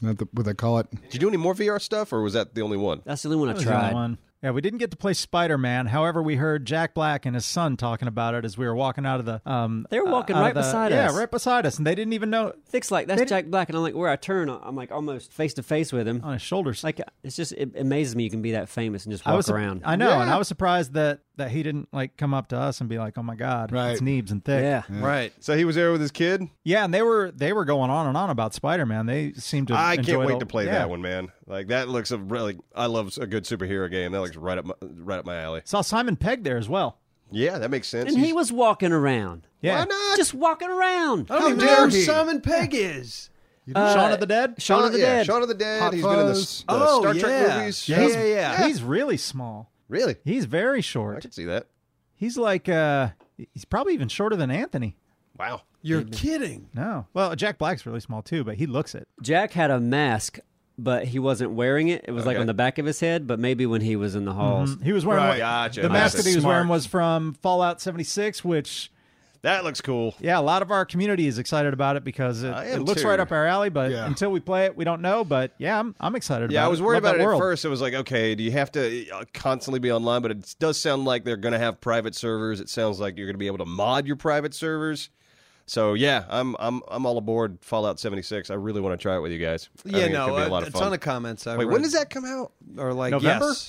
Speaker 1: Not the, what they call it.
Speaker 3: Did you do any more VR stuff, or was that the only one?
Speaker 4: That's the only one I
Speaker 2: That was the only
Speaker 4: tried.
Speaker 2: one. Yeah, we didn't get to play Spider Man. However, we heard Jack Black and his son talking about it as we were walking out of the. Um,
Speaker 4: They were walking
Speaker 2: out of
Speaker 4: right
Speaker 2: the-
Speaker 4: beside us.
Speaker 2: Yeah, right beside us, and they didn't even know
Speaker 4: Thick's like, that's Jack Black. And I'm like, where I turn, I'm like almost face to face with him.
Speaker 2: on his shoulders.
Speaker 4: Like, it's just, it amazes me you can be that famous and just
Speaker 2: Oh. I was
Speaker 4: walk
Speaker 2: su-
Speaker 4: around.
Speaker 2: I know, and I was surprised that that he didn't like come up to us and be like, "Oh my God,
Speaker 1: Right.
Speaker 2: it's Neebs and Thick."
Speaker 4: yeah.
Speaker 5: Right.
Speaker 3: So he was there with his kid.
Speaker 2: Yeah, and they were they were going on and on about Spider Man. They seemed to.
Speaker 3: I
Speaker 2: enjoy
Speaker 3: can't
Speaker 2: the-
Speaker 3: wait to play
Speaker 2: yeah.
Speaker 3: that one, man. Like that looks a really. I love a good superhero game. That looks right up my, right up my alley.
Speaker 2: Saw Simon Pegg there as well.
Speaker 3: Yeah, that makes sense.
Speaker 4: And he was walking around.
Speaker 2: Yeah,
Speaker 3: Why not?
Speaker 4: Just walking around.
Speaker 5: I don't
Speaker 1: How
Speaker 5: even know
Speaker 1: dare
Speaker 5: who
Speaker 1: he?
Speaker 5: Simon Peg is.
Speaker 2: Shaun of the Dead.
Speaker 4: Shaun of the
Speaker 3: yeah,
Speaker 4: Dead.
Speaker 3: Shaun of the Dead.
Speaker 1: Hot
Speaker 3: He's been in the,
Speaker 1: Fuzz.
Speaker 3: s- the
Speaker 5: Oh,
Speaker 3: Star Trek
Speaker 5: yeah.
Speaker 3: movies.
Speaker 5: Yeah,
Speaker 3: He's-
Speaker 5: yeah, yeah.
Speaker 2: He's really small.
Speaker 3: Really,
Speaker 2: He's very
Speaker 3: I
Speaker 2: short.
Speaker 3: can see that.
Speaker 2: He's like uh he's probably even shorter than Anthony.
Speaker 3: Wow.
Speaker 5: You're kidding.
Speaker 2: No. Well, Jack Black's really small too, but he looks it.
Speaker 4: Jack had a mask, but he wasn't wearing it. It was like
Speaker 3: Okay.
Speaker 4: on the back of his head, but maybe when he was in the halls.
Speaker 2: He was wearing
Speaker 3: Right.
Speaker 2: what-
Speaker 3: Gotcha.
Speaker 2: the mask that he was
Speaker 1: Smart.
Speaker 2: wearing was from Fallout 76, which
Speaker 3: That looks cool.
Speaker 2: yeah, a lot of our community is excited about it because it,
Speaker 3: I
Speaker 2: it
Speaker 3: am
Speaker 2: looks
Speaker 3: too.
Speaker 2: right up our alley. But
Speaker 1: Yeah.
Speaker 2: until we play it, we don't know. But yeah, I'm I'm excited.
Speaker 3: Yeah,
Speaker 2: about
Speaker 3: I was
Speaker 2: it.
Speaker 3: worried
Speaker 2: Love
Speaker 3: about
Speaker 2: that
Speaker 3: it at
Speaker 2: world.
Speaker 3: first. It was like, okay, do you have to uh, constantly be online? But it does sound like they're going to have private servers. It sounds like you're going to be able to mod your private servers. So yeah, I'm I'm I'm all aboard Fallout 76. I really want to try it with you guys. I
Speaker 5: Yeah,
Speaker 3: think it
Speaker 5: no,
Speaker 3: could be
Speaker 5: a,
Speaker 3: a lot of
Speaker 5: a
Speaker 3: fun.
Speaker 5: ton of comments. I
Speaker 3: Wait, when does that come out?
Speaker 5: Or like
Speaker 2: November?
Speaker 5: yes.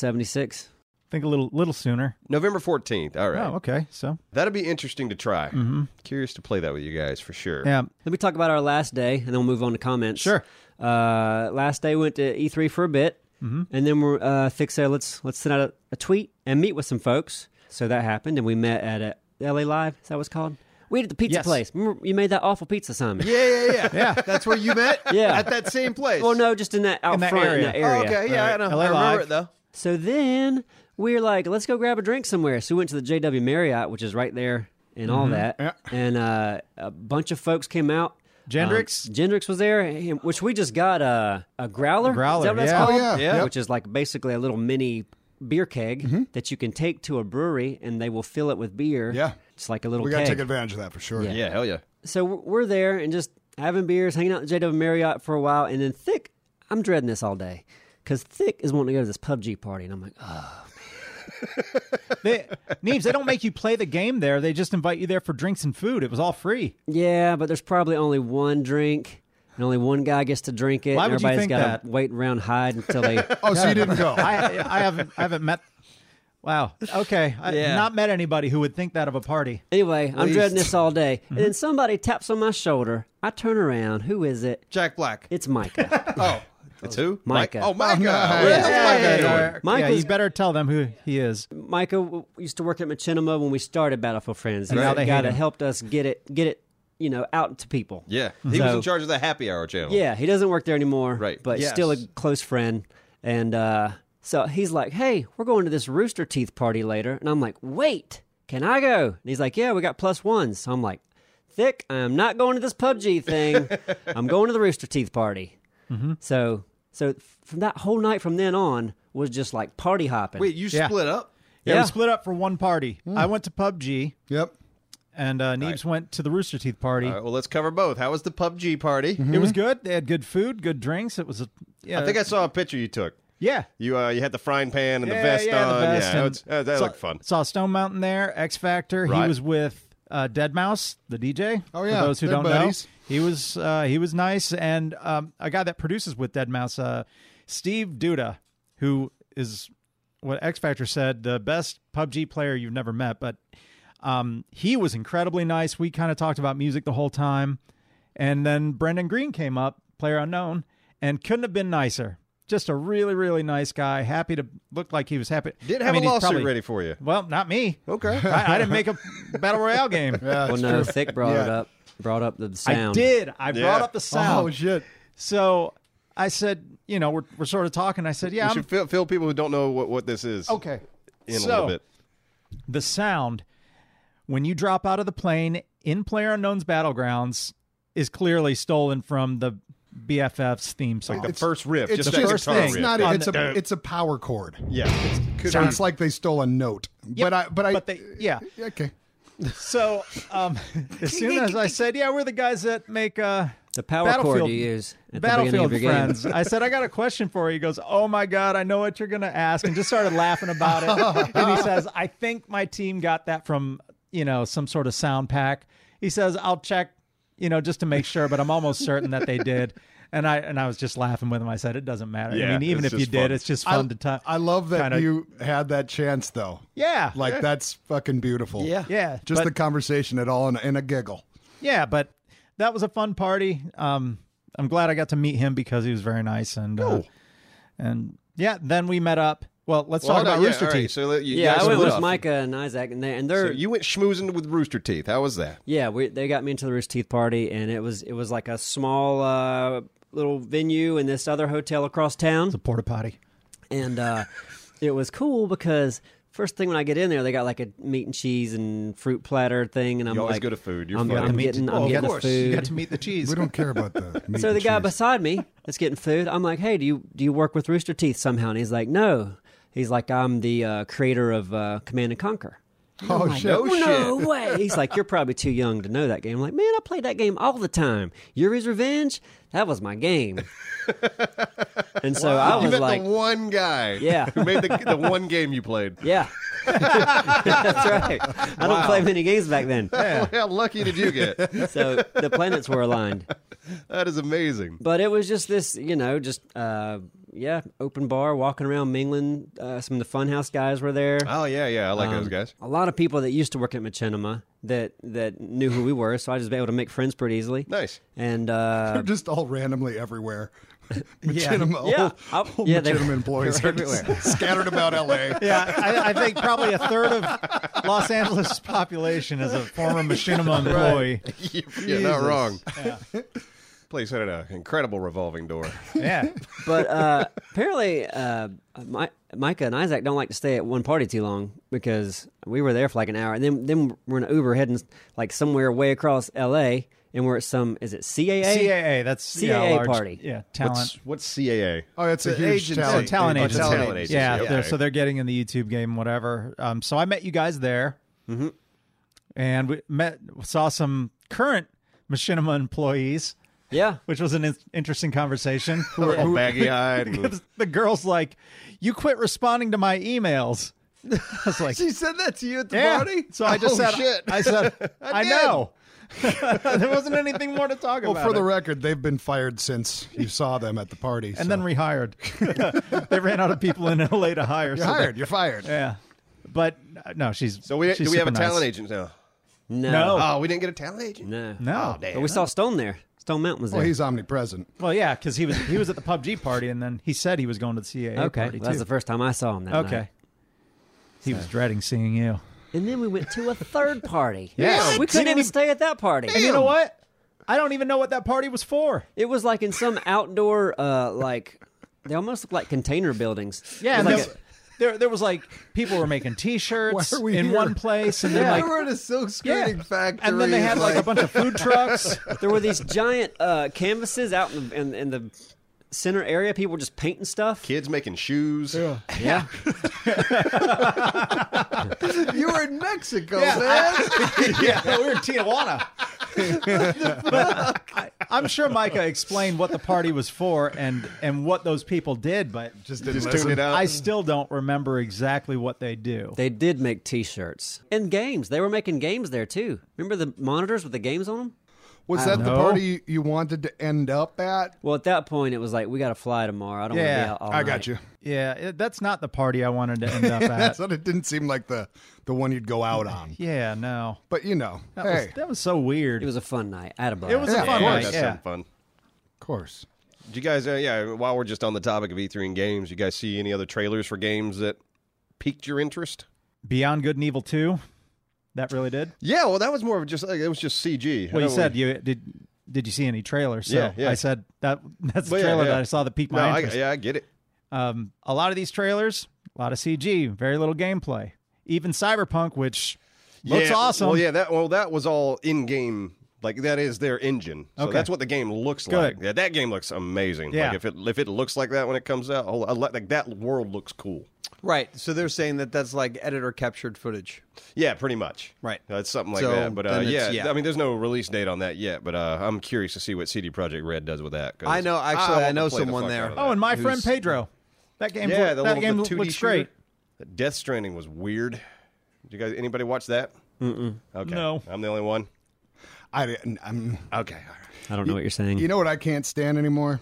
Speaker 4: 2076.
Speaker 2: Think a little little sooner.
Speaker 3: November 14th. All right,
Speaker 2: Oh, okay. So
Speaker 3: that'll be interesting to try. Mm-hmm. Curious to play that with you guys for sure.
Speaker 2: yeah,
Speaker 4: Let me talk about our last day, and then we'll move on to comments.
Speaker 2: Sure.
Speaker 4: Uh, last day went to E3 for a bit,
Speaker 5: Mm-hmm.
Speaker 4: and then we're uh, Thick said, "Let's let's send out a, a tweet and meet with some folks." So that happened, and we met at a LA Live. Is that what's called? We ate at the pizza
Speaker 2: Yes.
Speaker 4: place. Remember, you made that awful pizza, Simon.
Speaker 5: Yeah, yeah, yeah.
Speaker 2: yeah.
Speaker 5: That's where you met?
Speaker 4: Yeah.
Speaker 5: At that same place.
Speaker 4: Well, no, just in that out
Speaker 2: In that
Speaker 4: front
Speaker 2: area.
Speaker 4: in that
Speaker 2: Oh,
Speaker 5: Oh,
Speaker 4: area.
Speaker 5: okay, yeah, I know.
Speaker 2: Right.
Speaker 5: I
Speaker 2: LA
Speaker 5: remember
Speaker 2: Live.
Speaker 5: it though.
Speaker 4: So then we were like, let's go grab a drink somewhere. So we went to the JW Marriott, which is right there and all that. And uh, a bunch of folks came out.
Speaker 2: Gendrix?
Speaker 4: Um, Gendrix was there, him- which we just got a, a growler.
Speaker 2: Growler,
Speaker 4: Is that what that's
Speaker 2: yeah. Oh,
Speaker 4: called?
Speaker 1: yeah. Yeah.
Speaker 4: Which is like basically a little mini beer keg that you can take to a brewery and they will fill it with beer.
Speaker 1: Yeah.
Speaker 4: It's like a little
Speaker 1: We got
Speaker 4: keg.
Speaker 1: to take advantage of that for sure.
Speaker 3: yeah, hell yeah.
Speaker 4: so we're- we're there and just having beers, hanging out at the JW Marriott for a while. And then Thick, I'm dreading this all day because Thick is wanting to go to this PUBG party. And I'm like,
Speaker 2: They, Neves, they don't make you play the game there. They just invite you there for drinks and food. It was all free.
Speaker 4: Yeah, but there's probably only one drink, and only one guy gets to drink it.
Speaker 2: Why
Speaker 4: and
Speaker 2: would you
Speaker 4: everybody's
Speaker 2: think
Speaker 4: gotta
Speaker 2: that?
Speaker 4: wait around, hide until they.
Speaker 1: Oh, so you didn't go.
Speaker 2: I I haven't I haven't met. Wow. Okay. I
Speaker 5: Yeah.
Speaker 2: not met anybody who would think that of a party.
Speaker 4: anyway, I'm dreading this all day, and then somebody taps on my shoulder. I turn around. Who is it?
Speaker 5: Jack Black.
Speaker 4: It's Micah.
Speaker 5: Oh.
Speaker 3: It's who?
Speaker 4: Micah.
Speaker 3: Mike? Oh, Micah.
Speaker 1: nice.
Speaker 3: Where the hell's Micah doing?
Speaker 2: Mike, yeah,
Speaker 4: Michael's-
Speaker 2: you better tell them who he is.
Speaker 4: Micah w- used to work at Machinima when we started Battlefield Friends. He's
Speaker 2: now
Speaker 4: the
Speaker 2: they
Speaker 4: guy
Speaker 2: hate
Speaker 4: that
Speaker 2: him.
Speaker 4: helped us get it, get it, you know, out to people.
Speaker 3: Yeah, he was
Speaker 4: So-
Speaker 3: in charge of the happy hour channel.
Speaker 4: Yeah, he doesn't work there anymore.
Speaker 3: Right.
Speaker 4: But
Speaker 5: Yes.
Speaker 4: still a close friend. And uh, so he's like, hey, we're going to this Rooster Teeth party later. And I'm like, wait, can I go? And he's like, yeah, we got plus ones. So I'm like, thick, I'm not going to this PUBG thing. I'm going to the Rooster Teeth party.
Speaker 2: Mm-hmm.
Speaker 4: So, so from that whole night from then on was just like party hopping.
Speaker 5: Wait, you
Speaker 2: Yeah.
Speaker 5: split up?
Speaker 2: Yeah.
Speaker 4: Yeah.
Speaker 2: We split up for one party. I went to PUBG
Speaker 1: Hmm. Yep. Uh,
Speaker 2: and uh, Neves went to the Rooster Teeth party.
Speaker 3: All right, well, let's cover both. How was the PUBG party?
Speaker 2: It
Speaker 1: hmm.
Speaker 2: was good. They had good food, good drinks. It was a yeah.
Speaker 3: I think I saw a picture you took.
Speaker 2: yeah.
Speaker 3: You uh, you had the frying pan and
Speaker 2: yeah,
Speaker 3: the vest
Speaker 2: yeah,
Speaker 3: on.
Speaker 2: The vest
Speaker 3: yeah,
Speaker 2: and
Speaker 3: it's- uh, that
Speaker 2: saw,
Speaker 3: looked fun.
Speaker 2: Saw Stone Mountain there, X Factor.
Speaker 3: Right.
Speaker 2: He was with uh, Dead Mouse, the DJ.
Speaker 1: Oh, yeah,
Speaker 2: for those who
Speaker 1: they're
Speaker 2: don't
Speaker 1: buddies.
Speaker 2: know, he was uh, he was nice, and um, a guy that produces with Dead Mouse, uh, Steve Duda, who is what X Factor said the best PUBG player you've never met, but. Um, he was incredibly nice. We kind of talked about music the whole time. And then Brendan Green came up, player unknown, and couldn't have been nicer. Just a really, really nice guy. Happy to looked like he was happy.
Speaker 3: Did
Speaker 2: I
Speaker 3: have
Speaker 2: mean,
Speaker 3: a
Speaker 2: he's
Speaker 3: lawsuit
Speaker 2: probably-
Speaker 3: ready for you.
Speaker 2: Well, not me.
Speaker 3: Okay.
Speaker 2: I, I didn't make a battle royale game.
Speaker 4: well, no, thick brought it
Speaker 1: Yeah.
Speaker 4: up, brought up the
Speaker 2: I
Speaker 4: sound.
Speaker 2: did. I brought
Speaker 3: Yeah. Oh,
Speaker 2: up the sound.
Speaker 1: Oh, shit.
Speaker 2: so I said, you know, we're, we're sort of talking. I said, yeah,
Speaker 3: You
Speaker 2: I'm,
Speaker 3: should fill, fill people who don't know what, what this is.
Speaker 2: okay.
Speaker 3: In
Speaker 2: so
Speaker 3: a little bit.
Speaker 2: the sound when you drop out of the plane in Player Unknown's Battlegrounds is clearly stolen from the BFF's theme song.
Speaker 3: the first riff,
Speaker 1: It's
Speaker 3: just
Speaker 1: just-
Speaker 3: that
Speaker 2: first
Speaker 3: guitar
Speaker 2: thing.
Speaker 1: It's
Speaker 3: riff.
Speaker 1: not.
Speaker 2: On
Speaker 1: It's
Speaker 2: the-
Speaker 1: a. It's a power chord.
Speaker 3: yeah,
Speaker 1: Sounds like they stole a note. But I. But I.
Speaker 2: but they, yeah.
Speaker 1: okay.
Speaker 2: So um, as soon as I said, "Yeah, we're the guys that make uh,
Speaker 4: The power
Speaker 2: Battlefield-
Speaker 4: chord you use at the beginning
Speaker 2: Battlefield
Speaker 4: of your
Speaker 2: Friends,"
Speaker 4: game.
Speaker 2: I said, "I got a question for you." He goes, "Oh my god, I know what you're gonna ask," and just started laughing about it. and he says, "I think my team got that from you know some sort of sound pack." He says, "I'll check, you know, just to make sure, but I'm almost certain that they did." And I and I was just laughing with him. I said, "It doesn't matter.
Speaker 3: Yeah,
Speaker 2: I mean, even if you
Speaker 3: it's just
Speaker 2: did,
Speaker 3: fun.
Speaker 2: it's just fun to time."
Speaker 1: I love that
Speaker 2: kinda-
Speaker 1: you had that chance though.
Speaker 2: yeah,
Speaker 1: Like that's fucking beautiful.
Speaker 5: Yeah.
Speaker 2: yeah,
Speaker 1: Just
Speaker 2: but-
Speaker 1: the conversation at all and, and a giggle.
Speaker 2: yeah, but that was a fun party. Um, I'm glad I got to meet him because he was very nice and uh, and yeah. Then we met up. Well, let's
Speaker 3: Well,
Speaker 2: talk
Speaker 3: no,
Speaker 2: about
Speaker 3: yeah,
Speaker 2: Rooster
Speaker 3: all right,
Speaker 2: Teeth.
Speaker 3: so let- you
Speaker 4: Yeah,
Speaker 3: guys
Speaker 4: I went
Speaker 3: split
Speaker 4: with
Speaker 3: up.
Speaker 4: Micah and Isaac, and they and
Speaker 3: So
Speaker 4: they're
Speaker 3: you went schmoozing with Rooster Teeth. How was that?
Speaker 4: yeah, we, they got me into the Rooster Teeth party, and it was it was like a small uh, little venue in this other hotel across town.
Speaker 2: the porta potty.
Speaker 4: and uh, it was cool because first thing when I get in there, they got like a meat and cheese and fruit platter thing, and I'm
Speaker 3: You always
Speaker 4: like,
Speaker 3: go to food. You're
Speaker 4: I'm,
Speaker 3: funny.
Speaker 4: I'm getting, I'm
Speaker 2: Oh,
Speaker 4: getting
Speaker 2: of
Speaker 4: the
Speaker 2: course, you
Speaker 4: food.
Speaker 2: got to meet the cheese.
Speaker 1: We don't care about the. meat
Speaker 4: so the
Speaker 1: and
Speaker 4: guy
Speaker 1: cheese.
Speaker 4: beside me that's getting food, I'm like, hey, do you do you work with Rooster Teeth somehow? And he's like, no. He's like, I'm the uh, creator of uh, Command and Conquer.
Speaker 1: Oh shit!
Speaker 4: No, way. He's like, you're probably too young to know that game. I'm like, man, I played that game all the time. Yuri's Revenge, that was my game. and so I
Speaker 3: you
Speaker 4: was
Speaker 3: met
Speaker 4: like,
Speaker 3: the one guy,
Speaker 4: Yeah.
Speaker 3: who made the, the one game you played.
Speaker 4: yeah, that's right. I don't play many games back then.
Speaker 3: How lucky did you get?
Speaker 4: So the planets were aligned.
Speaker 3: that is amazing.
Speaker 4: But it was just this, you know, just uh, yeah, open bar, walking around mingling. Uh, some of the Funhouse guys were there. Um,
Speaker 3: Oh yeah, yeah, I like those guys.
Speaker 4: A lot of people that used to work at Machinima that that knew who we were, so I just be able to make friends pretty easily.
Speaker 3: Nice.
Speaker 4: And
Speaker 1: They're
Speaker 4: uh,
Speaker 1: just all randomly everywhere. Machinima,
Speaker 4: Yeah.
Speaker 1: yeah. Whole,
Speaker 4: I-
Speaker 1: whole
Speaker 4: yeah, they-
Speaker 1: machinima employees are just scattered about L.A.
Speaker 2: Yeah, I, I think probably a third of Los Angeles' population is a former machinima employee.
Speaker 3: You're not wrong. Place had an incredible revolving door.
Speaker 2: Yeah,
Speaker 4: but uh, apparently, uh, Mi- Micah and Isaac don't like to stay at one party too long because we were there for like an hour, and then then we're in an Uber heading like somewhere way across L.A. and we're at some is it CAA?
Speaker 2: CAA. That's yeah, a
Speaker 4: CAA
Speaker 2: large-
Speaker 4: party.
Speaker 2: Yeah, talent.
Speaker 3: What's CAA?
Speaker 1: Oh, that's a
Speaker 5: The
Speaker 1: huge
Speaker 5: agency.
Speaker 2: Oh,
Speaker 1: talent.
Speaker 2: talent
Speaker 1: Oh,
Speaker 2: agency.
Speaker 3: talent agency,
Speaker 2: Yeah,
Speaker 3: okay.
Speaker 2: they're- so they're getting in the YouTube game, whatever. Um, so I met you guys there, and we met saw some current machinima employees,
Speaker 4: yeah.
Speaker 2: which was an in- interesting conversation.
Speaker 3: We're all baggy eyed.
Speaker 2: the girl's like, "You quit responding to my emails." I was like,
Speaker 5: She said that to you at the
Speaker 2: "Yeah."
Speaker 5: party?
Speaker 2: So I just
Speaker 3: Oh,
Speaker 2: said,
Speaker 3: shit.
Speaker 2: "I said, I,
Speaker 3: did.
Speaker 2: know." there wasn't anything more to talk
Speaker 1: Well,
Speaker 2: about.
Speaker 1: for
Speaker 2: it.
Speaker 1: the record, they've been fired since you saw them at the party.
Speaker 2: and then rehired. they ran out of people in LA to hire.
Speaker 1: you're
Speaker 2: so they-
Speaker 1: hired. You're fired.
Speaker 2: Yeah, but uh, no, she's
Speaker 3: so we
Speaker 2: she's
Speaker 3: do we have a
Speaker 2: super nice.
Speaker 3: talent agent now?
Speaker 4: No.
Speaker 2: No.
Speaker 3: Oh, we didn't get a talent agent.
Speaker 4: No.
Speaker 2: No,
Speaker 3: damn.
Speaker 4: But we saw Stone there. Stone Mountain was there.
Speaker 1: Well, he's omnipresent.
Speaker 2: well, yeah, because he was he was at the PUBG party, and then he said he was going to the CAA
Speaker 4: okay.
Speaker 2: party
Speaker 4: well, that's
Speaker 2: too.
Speaker 4: the first time I saw him that
Speaker 2: okay,
Speaker 4: night.
Speaker 2: he was dreading seeing you.
Speaker 4: And then we went to a third party.
Speaker 3: Yeah.
Speaker 4: We couldn't even stay at that party.
Speaker 2: And you know what? I don't even know what that party was for.
Speaker 4: It was like in some outdoor, uh, like, they almost look like container buildings.
Speaker 2: Yeah,
Speaker 4: It
Speaker 2: and
Speaker 4: was
Speaker 2: there-
Speaker 4: like
Speaker 2: there there was like people were making T-shirts
Speaker 1: Why are we
Speaker 2: in
Speaker 1: here?
Speaker 2: one place, and
Speaker 5: Yeah,
Speaker 2: then
Speaker 5: we
Speaker 2: like
Speaker 5: were at a silk
Speaker 2: yeah,
Speaker 5: screening factory.
Speaker 2: and then they had like a bunch of food trucks.
Speaker 4: a- there were these giant uh, canvases out in the, in, in the center area. People were just painting stuff.
Speaker 3: Kids making shoes.
Speaker 4: Yeah.
Speaker 5: you were in Mexico,
Speaker 2: Yeah.
Speaker 5: man.
Speaker 2: yeah, we were in Tijuana. but I, I'm sure Micah explained what the party was for and and what those people did, but
Speaker 1: Just didn't
Speaker 3: Just
Speaker 1: listen.
Speaker 3: tuned it out.
Speaker 2: I still don't remember exactly what they do.
Speaker 4: They did make t shirts and games. They were making games there too. Remember the monitors with the games on them?
Speaker 1: Was that the
Speaker 2: know.
Speaker 1: party you wanted to end up at?
Speaker 4: Well, at that point, it was like, we got to fly tomorrow. I don't want to
Speaker 2: Yeah,
Speaker 4: be out all
Speaker 1: I got
Speaker 4: night.
Speaker 1: you.
Speaker 2: yeah, it, that's not the party I wanted to end up at.
Speaker 1: That's what it didn't seem like the the one you'd go out on.
Speaker 2: yeah, no.
Speaker 1: But you know,
Speaker 2: That,
Speaker 1: hey,
Speaker 2: was, that was so weird.
Speaker 4: It was a fun night. I had a blast.
Speaker 2: It was
Speaker 1: Yeah,
Speaker 2: a
Speaker 1: of
Speaker 2: fun
Speaker 1: course.
Speaker 2: night.
Speaker 3: that's
Speaker 2: yeah.
Speaker 3: some fun.
Speaker 1: of course.
Speaker 3: Did you guys? Uh, yeah. While we're just on the topic of E3 and games, you guys see any other trailers for games that piqued your interest?
Speaker 2: Beyond Good and Evil 2. That really did.
Speaker 3: Yeah. Well, that was more of just like, it was just CG. I
Speaker 2: Well, you
Speaker 3: don't-
Speaker 2: said you did did you see any trailers? So
Speaker 3: Yeah, yeah.
Speaker 2: I said that that's the
Speaker 3: Well, yeah,
Speaker 2: trailer
Speaker 3: yeah.
Speaker 2: that I saw that piqued
Speaker 3: No,
Speaker 2: my
Speaker 3: I,
Speaker 2: interest.
Speaker 3: yeah, I get it.
Speaker 2: Um, a lot of these trailers, a lot of CG, very little gameplay. Even Cyberpunk, which looks
Speaker 3: yeah.
Speaker 2: awesome.
Speaker 3: Well, yeah, that well that was all in game Like that is their engine. So
Speaker 2: Okay.
Speaker 3: that's what the game looks like. Yeah, that game looks amazing.
Speaker 2: Yeah.
Speaker 3: Like if it if it looks like that when it comes out, oh, I like like that world looks cool.
Speaker 5: Right. So they're saying that that's like editor captured footage.
Speaker 3: Yeah, pretty much.
Speaker 5: Right.
Speaker 3: Uh, it's something like
Speaker 5: So
Speaker 3: that. But uh,
Speaker 5: then it's-
Speaker 3: yeah,
Speaker 5: yeah.
Speaker 3: I mean, there's no release date on that yet. But uh, I'm curious to see what CD Projekt Red does with that. 'cause
Speaker 5: I know. Actually,
Speaker 3: want
Speaker 5: I,
Speaker 3: to
Speaker 5: know
Speaker 3: play the
Speaker 5: someone
Speaker 3: fuck
Speaker 5: there.
Speaker 3: out of
Speaker 2: Oh, and my friend
Speaker 5: Who's-
Speaker 2: Pedro. That game,
Speaker 3: yeah, the
Speaker 2: that
Speaker 3: little
Speaker 2: game
Speaker 3: the
Speaker 2: looks
Speaker 3: 2D shooter.
Speaker 2: great.
Speaker 3: Death Stranding was weird. Did you guys anybody watch that? Mm-mm. Okay,
Speaker 2: No.
Speaker 3: I'm the only one.
Speaker 1: I didn't. I'm,
Speaker 3: Okay, all right.
Speaker 4: I don't know what you're saying.
Speaker 1: you know what I can't stand anymore?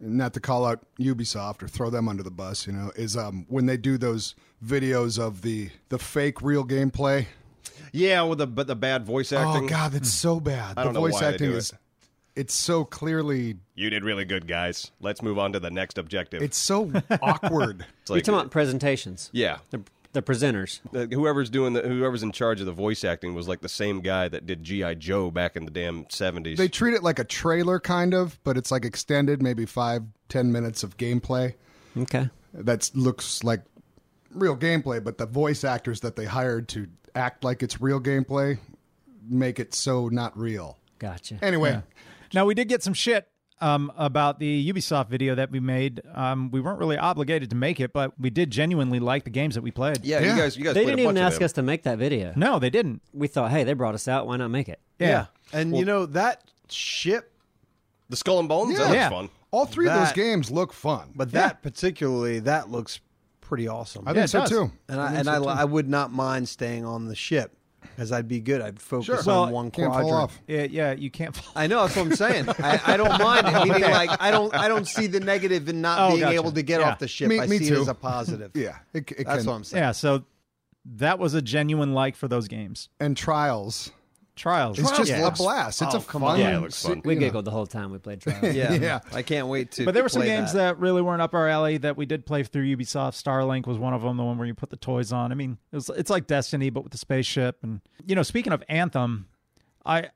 Speaker 1: Not to call out Ubisoft or throw them under the bus, you know, is um, when they do those videos of the the fake real gameplay.
Speaker 3: yeah, with the but the bad voice acting.
Speaker 1: Oh God, that's so bad.
Speaker 3: I don't
Speaker 1: the
Speaker 3: know
Speaker 1: voice
Speaker 3: why they
Speaker 1: acting
Speaker 3: do
Speaker 1: is
Speaker 3: it.
Speaker 1: it's so clearly
Speaker 3: You did really good, guys. Let's move on to the next objective.
Speaker 1: it's so awkward.
Speaker 3: It's
Speaker 4: you're talking about presentations.
Speaker 3: yeah.
Speaker 4: The, the presenters.
Speaker 3: Uh, whoever's doing the whoever's in charge of the voice acting was like the same guy that did GI Joe back in the damn seventies.
Speaker 1: They treat it like a trailer kind of, but it's like extended, maybe five, ten minutes of gameplay
Speaker 4: Okay.
Speaker 1: that looks like real gameplay, but the voice actors that they hired to act like it's real gameplay make it so not real.
Speaker 4: Gotcha.
Speaker 1: Anyway,
Speaker 2: Now we did get some shit um, about the Ubisoft video that we made. Um, we weren't really obligated to make it, but we did genuinely like the games that we played.
Speaker 3: yeah,
Speaker 1: Yeah.
Speaker 3: you guys, you guys.
Speaker 4: They
Speaker 3: played
Speaker 4: didn't
Speaker 3: a bunch
Speaker 4: even
Speaker 3: of
Speaker 4: ask
Speaker 3: them.
Speaker 4: us to make that video.
Speaker 2: No, they didn't.
Speaker 4: We thought, hey, they brought us out. Why not make it?
Speaker 2: Yeah.
Speaker 5: And you know that ship,
Speaker 3: the Skull and Bones. That
Speaker 1: Yeah.
Speaker 3: looks
Speaker 2: Yeah.
Speaker 3: fun.
Speaker 1: all three of those
Speaker 5: That-
Speaker 1: games look fun. But
Speaker 5: but that particularly that looks pretty awesome.
Speaker 1: I
Speaker 2: Yeah,
Speaker 1: think
Speaker 2: it
Speaker 1: so
Speaker 2: does.
Speaker 1: too.
Speaker 5: and I and I, I would not mind staying on the ship because I'd be good. I'd focus on
Speaker 2: Well,
Speaker 5: one
Speaker 1: Can't
Speaker 5: quadrant.
Speaker 1: fall off.
Speaker 2: Yeah, yeah, you can't. Follow.
Speaker 5: I know that's what I'm saying. I, I don't mind it. Meaning, like I don't I don't see the negative in not
Speaker 2: Oh,
Speaker 5: being
Speaker 2: gotcha.
Speaker 5: able to get
Speaker 2: Yeah.
Speaker 5: off the ship.
Speaker 1: Me-
Speaker 5: I
Speaker 1: me
Speaker 5: see it
Speaker 1: too.
Speaker 5: as a positive.
Speaker 1: Yeah, it, it
Speaker 5: that's
Speaker 1: can.
Speaker 5: what I'm saying.
Speaker 2: Yeah, so that was a genuine like for those games.
Speaker 1: And Trials,
Speaker 2: Trials.
Speaker 1: it's just
Speaker 5: yeah.
Speaker 1: a blast. It's
Speaker 5: Oh,
Speaker 1: a
Speaker 5: come
Speaker 1: fun.
Speaker 5: on.
Speaker 3: Yeah, it looks fun.
Speaker 4: We
Speaker 1: you know.
Speaker 4: giggled the whole time we played trials.
Speaker 5: Yeah.
Speaker 1: Yeah.
Speaker 5: I can't wait to.
Speaker 2: but there were some
Speaker 5: play
Speaker 2: games that. really weren't up our alley that we did play through Ubisoft. Starlink was one of them, the one where you put the toys on. I mean, it was, it's like Destiny, but with the spaceship. And you know, speaking of Anthem, I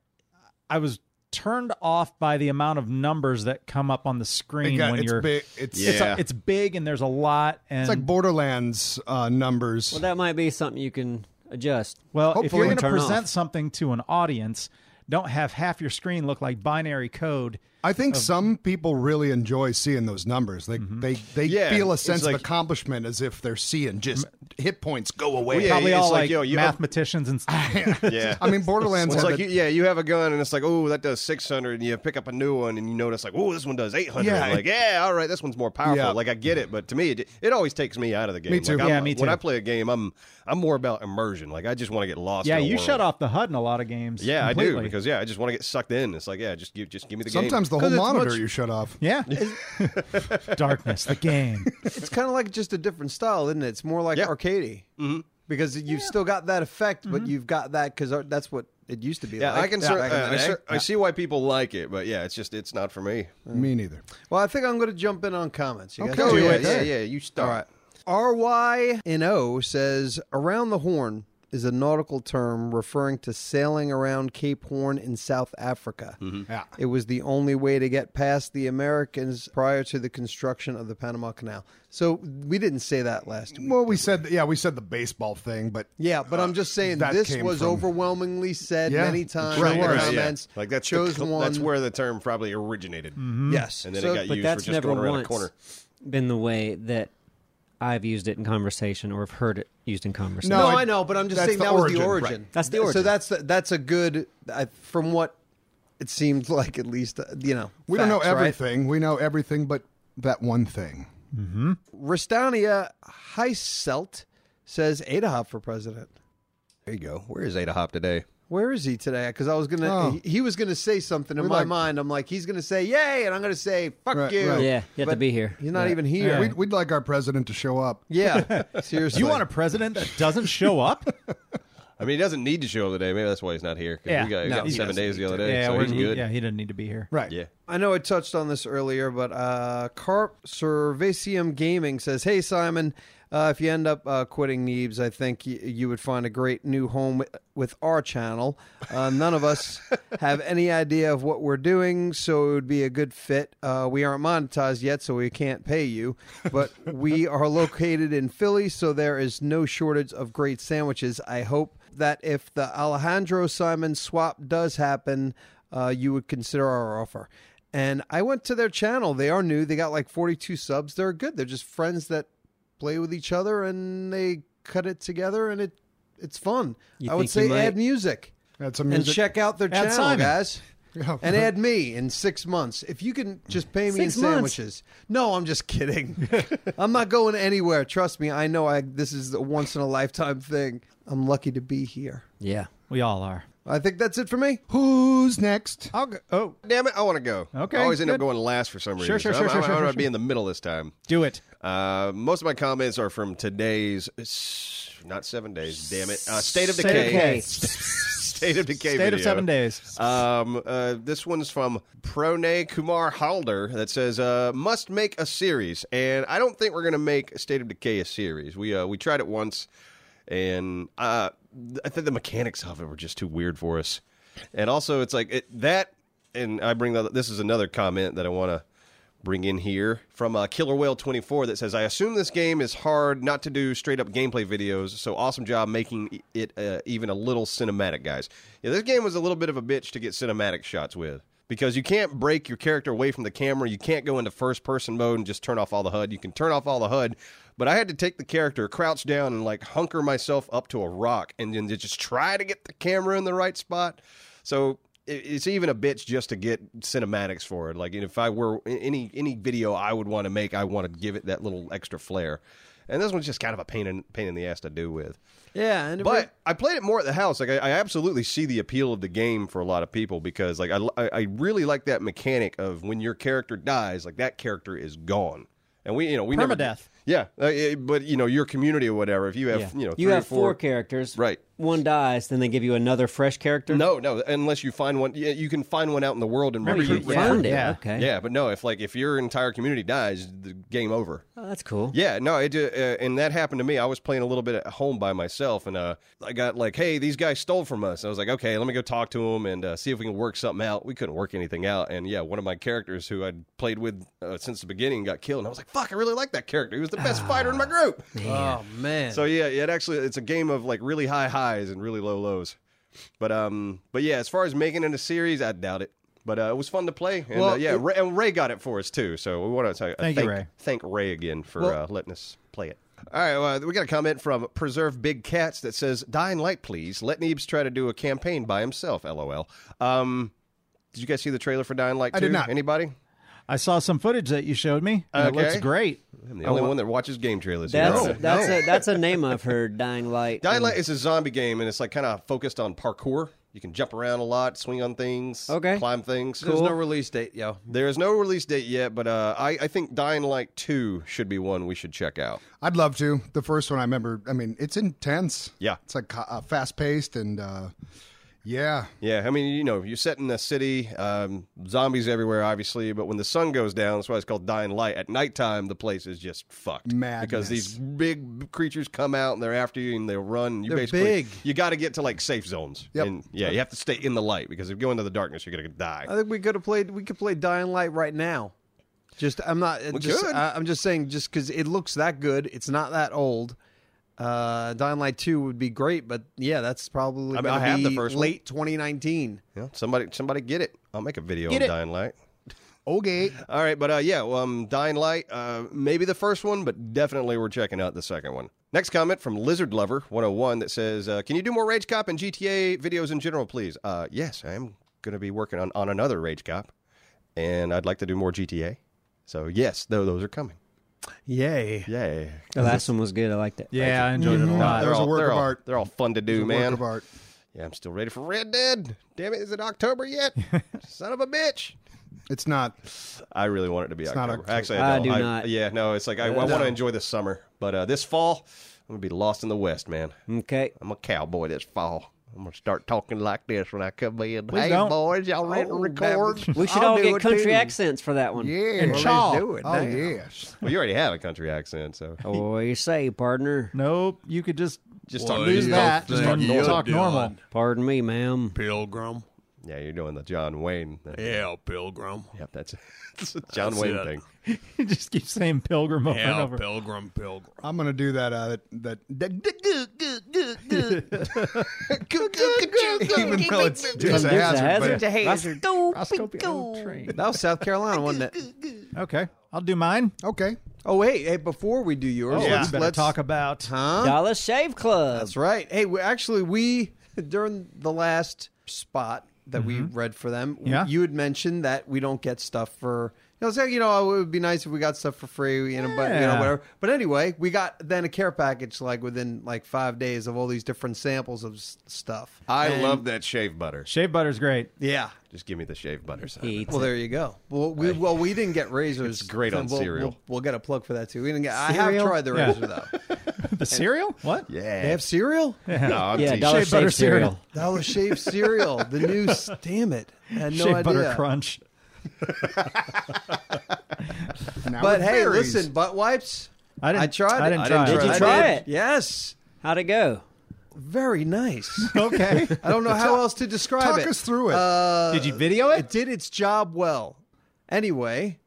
Speaker 2: I was turned off by the amount of numbers that come up on the
Speaker 1: It
Speaker 2: screen
Speaker 1: got-
Speaker 2: when
Speaker 1: it's
Speaker 2: you're.
Speaker 1: big. It's,
Speaker 3: Yeah.
Speaker 1: it's,
Speaker 2: It's, a- it's big and there's a lot and
Speaker 1: like Borderlands uh, numbers.
Speaker 4: Well, that might be something you can adjust.
Speaker 2: Well, if
Speaker 1: Hopefully
Speaker 2: you're going to
Speaker 4: turn
Speaker 2: present
Speaker 4: off.
Speaker 2: something to an audience, don't have half your screen look like binary code.
Speaker 1: I think some people really enjoy seeing those numbers. They
Speaker 3: Mm-hmm.
Speaker 1: they they
Speaker 3: Yeah,
Speaker 1: feel a
Speaker 3: it's
Speaker 1: sense
Speaker 3: like-
Speaker 1: of accomplishment as if they're seeing just hit points go away.
Speaker 3: Well, Oh, yeah,
Speaker 2: Probably
Speaker 3: it's
Speaker 2: all
Speaker 3: like,
Speaker 2: like,
Speaker 3: yo, you-
Speaker 2: mathematicians and stuff.
Speaker 3: Yeah.
Speaker 1: I mean, Borderlands.
Speaker 3: It's
Speaker 1: had
Speaker 3: like,
Speaker 1: it-
Speaker 3: you, yeah, you have a gun and it's like, oh, that does 600. And you pick up a new one and you notice, like, oh, this one does 800.
Speaker 1: Yeah,
Speaker 3: I'm like, yeah, all right, this one's more powerful.
Speaker 1: Yeah.
Speaker 3: Like, I get it. But to me, it, it always takes me out of the game.
Speaker 1: Me too.
Speaker 3: Like, I'm-
Speaker 2: Yeah, me
Speaker 3: When
Speaker 2: too.
Speaker 3: I play a game, I'm I'm more about immersion. Like, I just want to get lost.
Speaker 2: Yeah,
Speaker 3: in a
Speaker 2: you
Speaker 3: world.
Speaker 2: shut off the HUD in a lot of games.
Speaker 3: Yeah, I
Speaker 2: completely.
Speaker 3: do. Because, yeah, I just want to get sucked in. It's like, yeah, just give, just give me the
Speaker 1: sometimes the whole
Speaker 3: game.
Speaker 5: 'Cause it's
Speaker 1: monitor
Speaker 5: much-
Speaker 1: you shut off.
Speaker 2: yeah. Darkness, the game.
Speaker 5: It's kind of like just a different style, isn't it? It's more like
Speaker 3: Yeah.
Speaker 5: arcadey mm-hmm. because you've still got that effect, but you've got that because that's what it used to be.
Speaker 3: Yeah,
Speaker 5: like
Speaker 3: I can.
Speaker 5: back
Speaker 3: cer-
Speaker 5: in the
Speaker 3: uh, I,
Speaker 5: day.
Speaker 3: cer- I see why people like it, but yeah, it's just it's not for me.
Speaker 1: Me neither.
Speaker 5: Well, I think I'm going to jump in on comments. You guys-
Speaker 1: Okay. Do
Speaker 3: yeah,
Speaker 1: it.
Speaker 3: yeah, yeah. You start.
Speaker 5: All right. RYNO says around the horn is a nautical term referring to sailing around Cape Horn in South Africa.
Speaker 1: Yeah.
Speaker 5: It was the only way to get past the Americans prior to the construction of the Panama Canal. So we didn't say that last week.
Speaker 1: Well, we said yeah, we said the baseball thing, but
Speaker 5: Yeah, but I'm just saying
Speaker 1: That
Speaker 5: this
Speaker 1: came
Speaker 5: was
Speaker 1: from-
Speaker 5: overwhelmingly said
Speaker 1: Yeah.
Speaker 5: many times
Speaker 1: Right,
Speaker 5: in the
Speaker 1: right, yeah.
Speaker 5: comments.
Speaker 3: Like that's the
Speaker 5: chose
Speaker 3: cl-
Speaker 5: one.
Speaker 3: That's where the term probably originated,
Speaker 2: Mm-hmm.
Speaker 5: yes,
Speaker 3: and then
Speaker 5: So-
Speaker 3: it got
Speaker 5: but
Speaker 3: used for
Speaker 4: that's
Speaker 3: just
Speaker 4: never
Speaker 3: going around
Speaker 4: once
Speaker 3: a corner.
Speaker 4: been the way that I've used it in conversation or have heard it used in conversation.
Speaker 1: No,
Speaker 5: No,
Speaker 1: I-
Speaker 5: I know, but I'm just
Speaker 1: that's
Speaker 5: saying
Speaker 1: the
Speaker 5: that was the
Speaker 1: origin,
Speaker 5: origin.
Speaker 1: right.
Speaker 4: That's the
Speaker 5: Th- So
Speaker 4: origin.
Speaker 5: that's the, that's a good I, from what it seemed like at least uh, you know.
Speaker 1: we don't know
Speaker 5: facts, right?
Speaker 1: everything. We know everything, but that one thing.
Speaker 5: Restania Heiselt says Ada Hop for president.
Speaker 3: There you go. Where is Ada Hop today?
Speaker 5: Where is he today? Because I was gonna,
Speaker 1: Oh.
Speaker 5: he, he was gonna say something in
Speaker 1: We
Speaker 5: my
Speaker 1: like-
Speaker 5: mind. I'm like, he's gonna say yay, and I'm gonna say fuck
Speaker 1: Right,
Speaker 5: you.
Speaker 1: right.
Speaker 4: Yeah, you have to
Speaker 5: But
Speaker 4: be here.
Speaker 5: He's not even here.
Speaker 1: We'd, we'd like our president to show up.
Speaker 5: Yeah, seriously.
Speaker 2: You want a president that doesn't show up?
Speaker 3: I mean, he doesn't need to show up today. Maybe that's why he's not here. 'cause
Speaker 2: Yeah.
Speaker 3: we got, we
Speaker 2: No,
Speaker 3: got
Speaker 2: he
Speaker 3: seven
Speaker 2: doesn't
Speaker 3: days the other day,
Speaker 2: yeah,
Speaker 3: so
Speaker 2: we're-
Speaker 3: he's good.
Speaker 2: yeah, he didn't need to be here.
Speaker 1: Right.
Speaker 3: Yeah.
Speaker 5: I know I touched on this earlier, but uh, Carp Cervacium Gaming says, "Hey Simon, uh, if you end up uh, quitting Neebs, I think y- you would find a great new home with our channel. Uh, none of us have any idea of what we're doing, so it would be a good fit. Uh, we aren't monetized yet, so we can't pay you, but we are located in Philly, so there is no shortage of great sandwiches. I hope." that if the Alejandro Simon swap does happen, uh, you would consider our offer. And I went to their channel. They are new. They got like 42 subs. They're good. They're just friends that play with each other and they cut it together and it it's fun.
Speaker 4: You
Speaker 5: I would
Speaker 4: think you
Speaker 5: say
Speaker 4: might-
Speaker 5: add music
Speaker 1: That's a
Speaker 5: and
Speaker 1: music.
Speaker 5: check out their channel,
Speaker 2: Simon.
Speaker 5: guys.
Speaker 1: Yeah.
Speaker 5: And add me in six months. If you can just pay me
Speaker 4: Six
Speaker 5: in
Speaker 4: months.
Speaker 5: sandwiches. No, I'm just kidding. I'm not going anywhere. Trust me. I know I this is a once in a lifetime thing. I'm lucky to be here.
Speaker 4: Yeah.
Speaker 2: We all are.
Speaker 5: I think that's it for me.
Speaker 1: Who's next?
Speaker 2: I'll go. Oh,
Speaker 3: Damn it, I want to go.
Speaker 2: Okay,
Speaker 3: I always end up
Speaker 2: good.
Speaker 3: going last for some reason.
Speaker 2: sure,
Speaker 3: so
Speaker 2: sure,
Speaker 3: I'm,
Speaker 2: sure,
Speaker 3: I'm,
Speaker 2: sure,
Speaker 3: I'm
Speaker 2: sure,
Speaker 3: gonna be in the middle this time.
Speaker 2: do it.
Speaker 3: Uh, most of my comments are from today's, not seven days, damn it, uh, State of
Speaker 2: State of
Speaker 3: Decay.
Speaker 4: Okay.
Speaker 3: State of Decay
Speaker 2: State
Speaker 3: video.
Speaker 2: of seven days.
Speaker 3: Um, uh, this one's from Prone Kumar Halder that says, uh, "Must make a series," and I don't think we're gonna make State of Decay a series. We uh, we tried it once, and uh, th- I think the mechanics of it were just too weird for us. And also, it's like it, that, and I bring the, this is another comment that I want to bring in here from uh, Killer Whale 24 that says, I assume this game is hard not to do straight up gameplay videos, so awesome job making it uh, even a little cinematic, guys. Yeah, this game was a little bit of a bitch to get cinematic shots with because you can't break your character away from the camera. You can't go into first person mode and just turn off all the HUD. You can turn off all the HUD, but I had to take the character, crouch down, and like hunker myself up to a rock and then just try to get the camera in the right spot. So it- it's even a bitch just to get cinematics for it. Like if I were any any video I would want to make, I want to give it that little extra flair. And this one's just kind of a pain in pain in the ass to do with.
Speaker 5: Yeah, and
Speaker 3: But I played it more at the house. Like I, I absolutely see the appeal of the game for a lot of people because like I, I I really like that mechanic of when your character dies, like that character is gone. And we you know we never
Speaker 2: Permadeath.
Speaker 3: Yeah, uh, it- but you know your community or whatever. If you have
Speaker 4: Yeah.
Speaker 3: you know three
Speaker 4: you have
Speaker 3: or
Speaker 4: four characters.
Speaker 3: Right.
Speaker 4: One dies, then they give you another fresh character.
Speaker 3: no, no, unless you find one. Yeah, you can find one out in the world and
Speaker 2: Remember,
Speaker 3: recruit
Speaker 2: you
Speaker 3: one.
Speaker 4: Found it.
Speaker 2: Yeah.
Speaker 4: Okay.
Speaker 3: Yeah, but no, if like if your entire community dies, the game over.
Speaker 4: Oh, that's cool.
Speaker 3: Yeah, no, it ju- uh, and that happened to me. I was playing a little bit at home by myself, and uh, I got like, "Hey, these guys stole from us." I was like, "Okay, let me go talk to them and uh, see if we can work something out." We couldn't work anything out, and yeah, one of my characters who I'd played with uh, since the beginning got killed, and I was like, "Fuck, I really like that character. He was the best fighter in my group."
Speaker 5: oh man.
Speaker 3: So yeah, it actually it's a game of like really high highs and really low lows. But um, but yeah, as far as making it a series, I doubt it. But uh, it was fun to play, and uh,
Speaker 5: Well,
Speaker 3: yeah,
Speaker 5: it-
Speaker 3: Ray, and Ray got it for us too. So we want to thank,
Speaker 2: Thank you, Ray.
Speaker 3: thank Ray again for
Speaker 5: Well-
Speaker 3: uh, letting us play it. All right, well, we got a comment from Preserve Big Cats that says, "Dying light, please. Let Neebs try to do a campaign by himself." LOL. Um, did you guys see the trailer for Dying Light?
Speaker 1: I
Speaker 3: 2?
Speaker 1: did not.
Speaker 3: Anybody?
Speaker 2: I saw some footage that you showed me. and It
Speaker 3: Okay.
Speaker 2: looks great.
Speaker 3: I'm the only one that watches game trailers. here,
Speaker 4: That's
Speaker 3: aren't I?
Speaker 4: that's a that's a name I've heard. Dying Light.
Speaker 3: Dying Light is a zombie game, and it's like kind of focused on parkour. You can jump around a lot, swing on things,
Speaker 4: Okay.
Speaker 3: climb things.
Speaker 5: there's no release date, yo.
Speaker 3: There is no release date yet, but uh, I, I think Dying Light 2 should be one we should check out.
Speaker 1: I'd love to. The first one I remember. I mean, it's intense.
Speaker 3: Yeah.
Speaker 1: it's like uh, fast paced and uh, yeah.
Speaker 3: Yeah, I mean, you know, you're set in a city, um, zombies everywhere, obviously, but when the sun goes down, that's why it's called Dying Light. At nighttime, the place is just fucked. Because
Speaker 1: Madness.
Speaker 3: these big creatures come out and they're after you and they run. And you
Speaker 5: They're
Speaker 3: basically,
Speaker 5: big.
Speaker 3: You got to get to like safe zones.
Speaker 1: Yep.
Speaker 3: And yeah, you have to stay in the light because if you go into the darkness, you're going to die.
Speaker 5: I think we could have played. We could play Dying Light right now. Just I'm not. We just,
Speaker 3: could.
Speaker 5: I, I'm just saying, just because it looks that good, it's not that old. Uh, Dying Light Two would be great, but yeah, that's probably.
Speaker 3: I mean, I
Speaker 5: gonna
Speaker 3: have the
Speaker 5: be
Speaker 3: first one.
Speaker 5: late 2019.
Speaker 3: Yeah, somebody, somebody get it. I'll make a video
Speaker 2: Get
Speaker 3: on
Speaker 2: it.
Speaker 3: Dying Light.
Speaker 1: Okay.
Speaker 3: All right, but uh, yeah, well, um, Dying Light, uh, maybe the first one, but definitely we're checking out the second one. Next comment from Lizard Lover 101 that says, uh, "Can you do more Rage Cop and GTA videos in general, please?" Uh, yes, I am going to be working on, on another Rage Cop, and I'd like to do more GTA. So yes, though those are coming.
Speaker 5: Yay!
Speaker 3: Yay!
Speaker 4: The last one was good. I liked it.
Speaker 2: Yeah, I enjoyed it a lot.
Speaker 1: Ah, There's a work
Speaker 3: they're
Speaker 1: of
Speaker 3: Mm-hmm. all-
Speaker 1: art.
Speaker 3: They're all fun to do,
Speaker 1: Work
Speaker 3: man.
Speaker 1: of art.
Speaker 3: Yeah, I'm still ready for Red Dead. Damn it, is it October yet? Son of a bitch!
Speaker 1: It's not.
Speaker 3: I really want it to be
Speaker 1: not
Speaker 3: October.
Speaker 1: October.
Speaker 3: Actually, I,
Speaker 4: I
Speaker 3: don't.
Speaker 4: do not.
Speaker 3: Yeah, no, it's like I, I want to enjoy this summer, but uh, this fall, I'm gonna be lost in the West, man.
Speaker 4: Okay.
Speaker 3: I'm a cowboy this fall. I'm gonna start talking like this when I come in. hey,
Speaker 2: don't.
Speaker 3: boys, y'all ready to record?
Speaker 4: We should
Speaker 5: I'll
Speaker 4: all
Speaker 5: do
Speaker 4: get
Speaker 5: it
Speaker 4: country
Speaker 5: too.
Speaker 4: accents for that one.
Speaker 1: Yeah.
Speaker 2: And Chaw.
Speaker 5: do it
Speaker 1: Oh
Speaker 5: now.
Speaker 1: yes.
Speaker 3: well, you already have a country accent, so
Speaker 4: Oh, what you say, partner?
Speaker 2: Nope. You could just
Speaker 3: just talk.
Speaker 2: lose
Speaker 3: just
Speaker 2: that.
Speaker 3: Talk, just
Speaker 2: and
Speaker 3: talk normal.
Speaker 2: talk normal.
Speaker 4: Pardon me, ma'am.
Speaker 5: Pilgrim.
Speaker 3: Yeah, you're doing the John Wayne. Thing.
Speaker 5: Yeah, Pilgrim.
Speaker 3: Yep, that's it's a John Wayne
Speaker 5: it.
Speaker 3: thing.
Speaker 2: He just keeps saying pilgrim over and over.
Speaker 5: Pilgrim, Pilgrim.
Speaker 1: I'm gonna do that. Uh, that that. Even though it's, it's a
Speaker 4: Dukes of
Speaker 1: hazard,
Speaker 4: Hazzard.
Speaker 1: but
Speaker 6: To hazard. Go,
Speaker 2: Roscoe
Speaker 6: go.
Speaker 2: Train.
Speaker 5: That was South Carolina, wasn't it?
Speaker 2: Okay, I'll do mine.
Speaker 1: okay.
Speaker 5: Oh wait, hey, before we do yours,
Speaker 2: Oh,
Speaker 5: let's,
Speaker 2: we better
Speaker 5: let's
Speaker 2: talk about.
Speaker 5: Huh?
Speaker 4: Dollar Shave Club.
Speaker 5: That's right. Hey, we actually we during the last spot that we read for them,
Speaker 2: Mm-hmm. Yeah.
Speaker 5: you had mentioned that we don't get stuff for. You know, so, you know, it would be nice if we got stuff for free, you know, but you know,
Speaker 2: Yeah.
Speaker 5: whatever. But anyway, we got then a care package like within like five days of all these different samples of s- stuff.
Speaker 3: I
Speaker 5: And-
Speaker 3: love that shave butter.
Speaker 2: Shave butter's great.
Speaker 5: Yeah.
Speaker 3: Just give me the shave butter. Simon.
Speaker 4: He eats
Speaker 5: Well,
Speaker 4: it.
Speaker 5: there you go. Well, we well we didn't get razors.
Speaker 3: It's great
Speaker 5: so
Speaker 3: on
Speaker 5: we'll,
Speaker 3: cereal.
Speaker 5: We'll, we'll get a plug for that too. We didn't get. I have
Speaker 2: Cereal?
Speaker 5: tried the
Speaker 2: Yeah.
Speaker 5: razor though.
Speaker 2: The cereal? What?
Speaker 3: Yeah.
Speaker 5: They have cereal.
Speaker 3: no, I'm
Speaker 4: Yeah,
Speaker 3: teasing.
Speaker 4: Dollar
Speaker 2: Shea
Speaker 4: Shave,
Speaker 2: butter
Speaker 4: cereal.
Speaker 2: cereal.
Speaker 5: Dollar Shave cereal. The new. s- Damn it! I had no
Speaker 2: Shave
Speaker 5: idea.
Speaker 2: butter crunch.
Speaker 1: Now
Speaker 5: But
Speaker 1: it
Speaker 5: hey,
Speaker 1: varies.
Speaker 5: listen, butt wipes.
Speaker 2: I didn't.
Speaker 5: I tried.
Speaker 2: I didn't
Speaker 5: it.
Speaker 2: try.
Speaker 3: didn't
Speaker 2: it.
Speaker 4: Did
Speaker 5: I
Speaker 4: you try
Speaker 5: did.
Speaker 4: it?
Speaker 5: Yes.
Speaker 4: How'd it go?
Speaker 5: Very nice.
Speaker 2: Okay.
Speaker 5: I don't know how else to describe
Speaker 1: talk
Speaker 5: it.
Speaker 1: us through it.
Speaker 5: Uh,
Speaker 2: Did you video it?
Speaker 5: It did its job well. Anyway,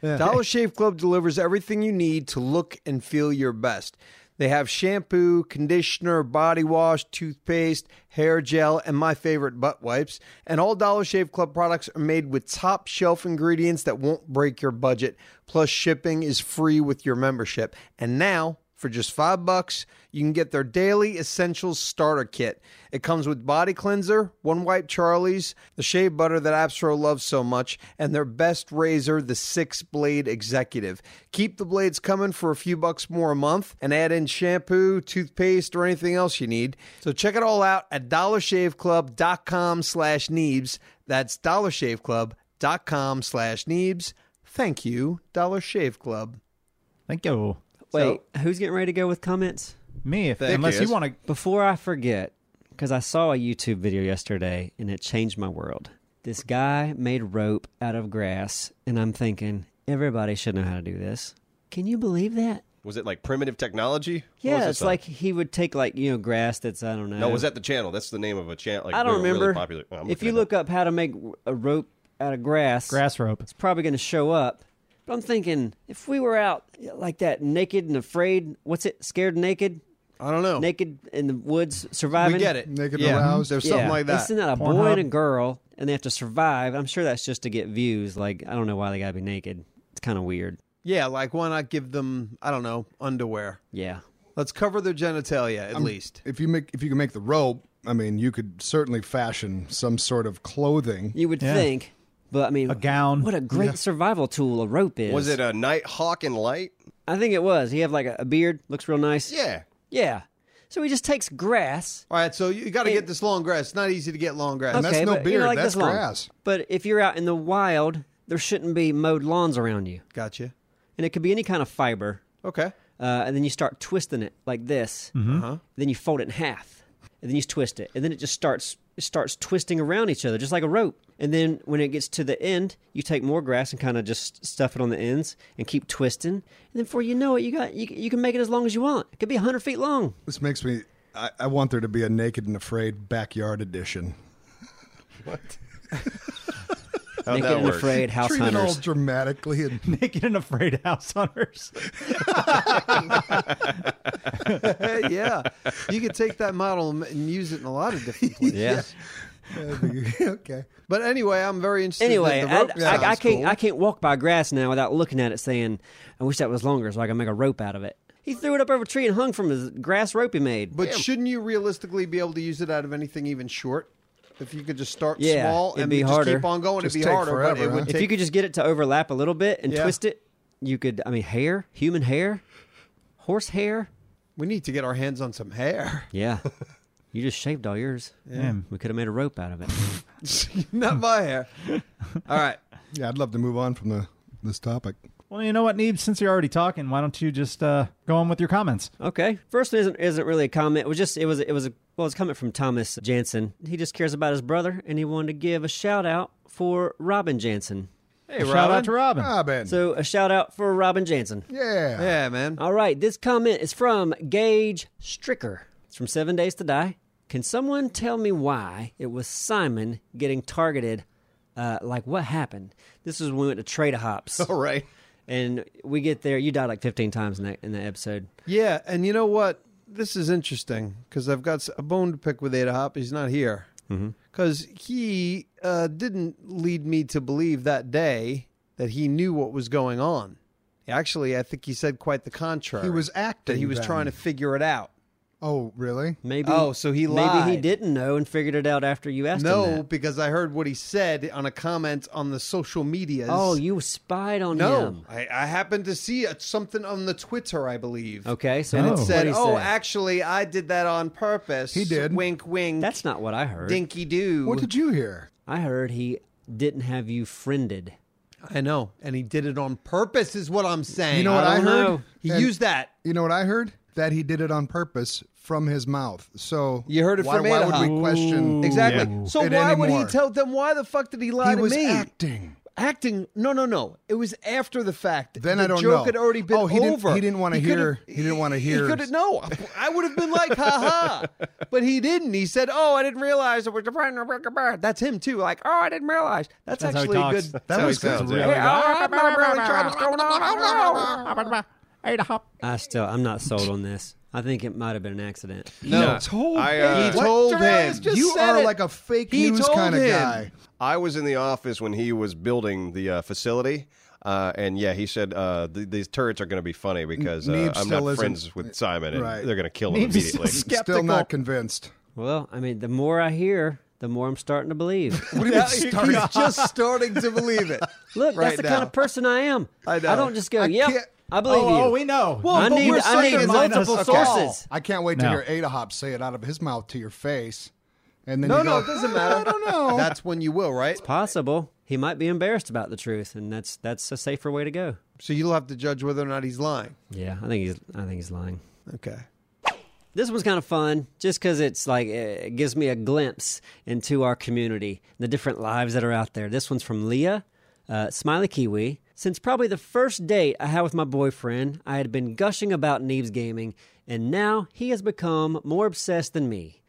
Speaker 5: Dollar Shave Club delivers everything you need to look and feel your best. They have shampoo, conditioner, body wash, toothpaste, hair gel, and my favorite butt wipes. And all Dollar Shave Club products are made with top shelf ingredients that won't break your budget. Plus, shipping is free with your membership. And now, for just five bucks, you can get their daily essentials starter kit. It comes with body cleanser, one wipe Charlie's, the shave butter that Absro loves so much, and their best razor, the six blade executive. Keep the blades coming for a few bucks more a month and add in shampoo, toothpaste, or anything else you need. So check it all out at dollarshaveclub.com slash Neebs. That's dollarshaveclub.com slash Neebs. Thank you, Dollar Shave Club.
Speaker 2: Thank you.
Speaker 4: Wait, who's getting ready to go with comments?
Speaker 2: Me, if, unless you
Speaker 3: is.
Speaker 2: want to.
Speaker 4: Before I forget, because I saw a YouTube video yesterday and it changed my world. This guy made rope out of grass, and I'm thinking everybody should know how to do this. Can you believe that?
Speaker 3: Was it like primitive technology? What was
Speaker 4: Yeah,
Speaker 3: this
Speaker 4: it's
Speaker 3: on?
Speaker 4: like he would take like you know grass that's I don't know.
Speaker 3: No, was that the channel? That's the name of a channel. Like,
Speaker 4: I don't
Speaker 3: really-
Speaker 4: remember.
Speaker 3: Really popular. Well, I'm
Speaker 4: if
Speaker 3: looking
Speaker 4: you
Speaker 3: it
Speaker 4: look up how to make a rope out of grass,
Speaker 2: Grass rope.
Speaker 4: it's probably going to show up. But I'm thinking if we were out like that, naked and afraid, what's it? Scared and naked,
Speaker 5: I don't know.
Speaker 4: naked in the woods, surviving.
Speaker 5: We get it.
Speaker 1: Naked
Speaker 5: Mm-hmm. yeah.
Speaker 1: aroused.
Speaker 5: There's something like that.
Speaker 4: Isn't that a boy
Speaker 2: Pornhub.
Speaker 4: and a girl, and they have to survive? I'm sure that's just to get views. Like I don't know why they gotta be naked. It's kind of weird.
Speaker 5: yeah, like why not give them, I don't know, underwear?
Speaker 4: Yeah.
Speaker 5: Let's cover their genitalia at least.
Speaker 1: if you make if you can make the rope, I mean, you could certainly fashion some sort of clothing.
Speaker 4: You would
Speaker 2: Yeah.
Speaker 4: think, but I mean, a
Speaker 2: gown.
Speaker 4: What a great survival tool a rope is.
Speaker 3: Was it a night hawk and light?
Speaker 4: I think it was. He had like a, a beard. Looks real nice.
Speaker 3: Yeah.
Speaker 4: Yeah. So he just takes grass.
Speaker 5: All right, so you got to get this long grass. It's not easy to get long grass.
Speaker 1: And that's
Speaker 4: okay,
Speaker 1: no
Speaker 4: but,
Speaker 1: beard.
Speaker 4: You know, like
Speaker 1: that's
Speaker 4: this long.
Speaker 1: grass.
Speaker 4: But if you're out in the wild, there shouldn't be mowed lawns around you,
Speaker 5: Gotcha.
Speaker 4: and it could be any kind of fiber.
Speaker 5: Okay.
Speaker 4: uh, and then you start twisting it like this.
Speaker 1: Uh-huh.
Speaker 4: Then you fold it in half, and then you twist it, and then it just starts it starts twisting around each other, just like a rope. And then when it gets to the end, you take more grass and kind of just stuff it on the ends and keep twisting. And then before you know it, you got you, you can make it as long as you want. It could be hundred feet long.
Speaker 1: This makes me. I, I want there to be a naked and afraid backyard edition.
Speaker 3: How'd
Speaker 4: Naked
Speaker 3: that
Speaker 4: and
Speaker 3: work?
Speaker 4: afraid house
Speaker 1: Treat it all
Speaker 4: hunters.
Speaker 1: dramatically and
Speaker 2: Naked and afraid house hunters.
Speaker 5: Hey, yeah. You could take that model and use it in a lot of different places.
Speaker 4: Yeah.
Speaker 1: okay.
Speaker 5: But anyway, I'm very interested.
Speaker 4: Anyway,
Speaker 5: that the
Speaker 4: I,
Speaker 5: rope
Speaker 4: I, I
Speaker 5: sounds
Speaker 4: can't
Speaker 5: cool.
Speaker 4: I can't walk by grass now without looking at it, saying, "I wish that was longer, so I can make a rope out of it." He threw it up over a tree and hung from his grass rope he made.
Speaker 5: but shouldn't you realistically be able to use it out of anything even short? If you could just start
Speaker 4: Yeah,
Speaker 5: small
Speaker 4: it'd
Speaker 5: and
Speaker 4: be
Speaker 5: just keep
Speaker 4: harder.
Speaker 5: on going,
Speaker 1: Just
Speaker 5: it'd be
Speaker 1: take
Speaker 5: harder. but
Speaker 1: forever,
Speaker 5: it would
Speaker 1: huh?
Speaker 4: if
Speaker 5: take
Speaker 4: you could just get it to overlap a little bit and
Speaker 5: Yeah.
Speaker 4: twist it, you could. I mean, hair, human hair, horse hair.
Speaker 5: We need to get our hands on some hair.
Speaker 4: Yeah, you just shaved all yours. Hmm.
Speaker 2: Yeah.
Speaker 4: We could have made a rope out of it.
Speaker 5: Not my hair. All right.
Speaker 1: Yeah, I'd love to move on from the this topic.
Speaker 2: Well, you know what, Neebs? Since you're already talking, why don't you just uh, go on with your comments?
Speaker 4: Okay, first one isn't isn't really a comment. It was just it was it was a well, it's coming from Thomas Jansen. He just cares about his brother, and he wanted to give a shout out for Robin Jansen.
Speaker 5: Hey,
Speaker 2: Shout
Speaker 5: Robin.
Speaker 2: out to Robin.
Speaker 3: Uh,
Speaker 1: Ah, Ben.
Speaker 4: So a shout out for Robin Jansen.
Speaker 1: yeah.
Speaker 5: Yeah, man.
Speaker 4: All right, this comment is from Gage Stricker. It's from Seven Days to Die. Can someone tell me why it was Simon getting targeted? Uh, like what happened? This is when we went to Trader Hops,
Speaker 3: All right.
Speaker 4: and we get there. You died like fifteen times in that in that episode.
Speaker 5: Yeah, and you know what? This is interesting because I've got s- a bone to pick with Ada Hop. He's not here because he uh, didn't lead me to believe that day that he knew what was going on. Actually, I think he said quite the contrary.
Speaker 1: He was acting
Speaker 5: That he was
Speaker 1: then.
Speaker 5: trying to figure it out.
Speaker 1: Oh, really?
Speaker 4: Maybe
Speaker 5: Oh, so he
Speaker 4: maybe he
Speaker 5: lied.
Speaker 4: didn't know and figured it out after you asked him.
Speaker 5: No,
Speaker 4: that.
Speaker 5: because I heard what he said on a comment on the social medias.
Speaker 4: Oh, you spied on
Speaker 5: no!
Speaker 4: him.
Speaker 5: I, I happened to see it- something on the Twitter, I believe.
Speaker 4: Okay, so
Speaker 2: And it
Speaker 4: what'd
Speaker 5: said,
Speaker 4: he
Speaker 5: "Oh,
Speaker 4: say?
Speaker 5: actually, I did that on purpose."
Speaker 1: He did.
Speaker 5: Wink, wink.
Speaker 4: that's not what I heard.
Speaker 5: dinky do.
Speaker 1: What did you hear?
Speaker 4: I heard he didn't have you friended.
Speaker 5: I know, and he did it on purpose, is what I'm saying.
Speaker 1: You know what I,
Speaker 4: don't
Speaker 1: heard?
Speaker 4: know.
Speaker 5: He
Speaker 1: And-
Speaker 5: used that.
Speaker 1: You know what I heard? That he did it on purpose from his mouth. So
Speaker 5: You heard it
Speaker 1: why,
Speaker 5: from
Speaker 1: Why
Speaker 5: Ada
Speaker 1: would we
Speaker 5: Hop.
Speaker 1: question?
Speaker 5: Exactly.
Speaker 2: Yeah.
Speaker 5: So
Speaker 1: It
Speaker 5: why would
Speaker 1: anymore.
Speaker 5: he tell them? Why the fuck did he lie
Speaker 1: He
Speaker 5: to
Speaker 1: was
Speaker 5: me?
Speaker 1: acting.
Speaker 5: Acting? No, no, no. It was after the fact.
Speaker 1: Then
Speaker 5: the
Speaker 1: I don't
Speaker 5: joke
Speaker 1: know.
Speaker 5: had already been
Speaker 1: Oh, he didn't-
Speaker 5: over.
Speaker 1: he didn't wanna
Speaker 5: could've-
Speaker 1: hear- he didn't wanna hear-
Speaker 5: He couldn't. No, I would have been like, ha ha. But he didn't. He said, "Oh, I didn't realize it was the That's him too. Like, oh, I didn't realize. That's,
Speaker 2: That's
Speaker 5: actually
Speaker 2: how he
Speaker 5: a
Speaker 2: talks.
Speaker 5: good.
Speaker 3: That's
Speaker 2: how
Speaker 3: how
Speaker 2: he
Speaker 3: he sounds,
Speaker 2: really
Speaker 3: yeah.
Speaker 2: well.
Speaker 5: Hey, oh, I'm not really sure what's going on. I don't know.
Speaker 4: I still, I'm not sold on this. I think it might have been an accident.
Speaker 3: No, I, uh,
Speaker 5: He told
Speaker 1: Travis
Speaker 5: him.
Speaker 1: just
Speaker 5: You
Speaker 1: said
Speaker 5: are
Speaker 1: it.
Speaker 5: like a fake
Speaker 1: He
Speaker 5: news
Speaker 1: told
Speaker 5: kinda
Speaker 1: him.
Speaker 5: guy.
Speaker 3: I was in the office when he was building the uh, facility. Uh, and yeah, he said uh, th- these turrets are going to be funny because uh,
Speaker 1: Neebs
Speaker 3: I'm
Speaker 1: still
Speaker 3: not
Speaker 1: isn't-
Speaker 3: friends with Simon, and
Speaker 1: Right.
Speaker 3: they're going to kill him
Speaker 2: Neebs is
Speaker 3: immediately.
Speaker 2: still
Speaker 1: Still not convinced.
Speaker 4: Well, I mean, the more I hear, the more I'm starting to believe.
Speaker 1: What do you mean starting?
Speaker 5: He's just starting to believe it.
Speaker 4: Look,
Speaker 5: Right
Speaker 4: that's the
Speaker 5: now.
Speaker 4: kind of person I am.
Speaker 5: I know.
Speaker 4: don't just go,
Speaker 1: I
Speaker 4: yep,
Speaker 1: can't-
Speaker 4: I believe you.
Speaker 2: oh, we know.
Speaker 5: Well,
Speaker 4: I
Speaker 5: but
Speaker 4: need,
Speaker 5: we're
Speaker 4: I need
Speaker 5: saying
Speaker 4: multiple
Speaker 2: minus-
Speaker 1: Okay.
Speaker 4: sources.
Speaker 1: I can't wait to
Speaker 2: No.
Speaker 1: hear Ada Hop say it out of his mouth to your face, and then
Speaker 5: No,
Speaker 1: you
Speaker 5: no,
Speaker 1: go,
Speaker 5: it doesn't matter.
Speaker 1: I don't know.
Speaker 5: That's when you will, right?
Speaker 4: Possible. He might be embarrassed about the truth, and that's that's a safer way to go.
Speaker 5: So you'll have to judge whether or not he's lying.
Speaker 4: Yeah, I think he's I think he's lying.
Speaker 5: Okay.
Speaker 4: This one's kind of fun, just because it's like uh, it gives me a glimpse into our community, the different lives that are out there. This one's from Leah, uh, Smiley Kiwi. Since probably the first date I had with my boyfriend, I had been gushing about Neves gaming, and now he has become more obsessed than me.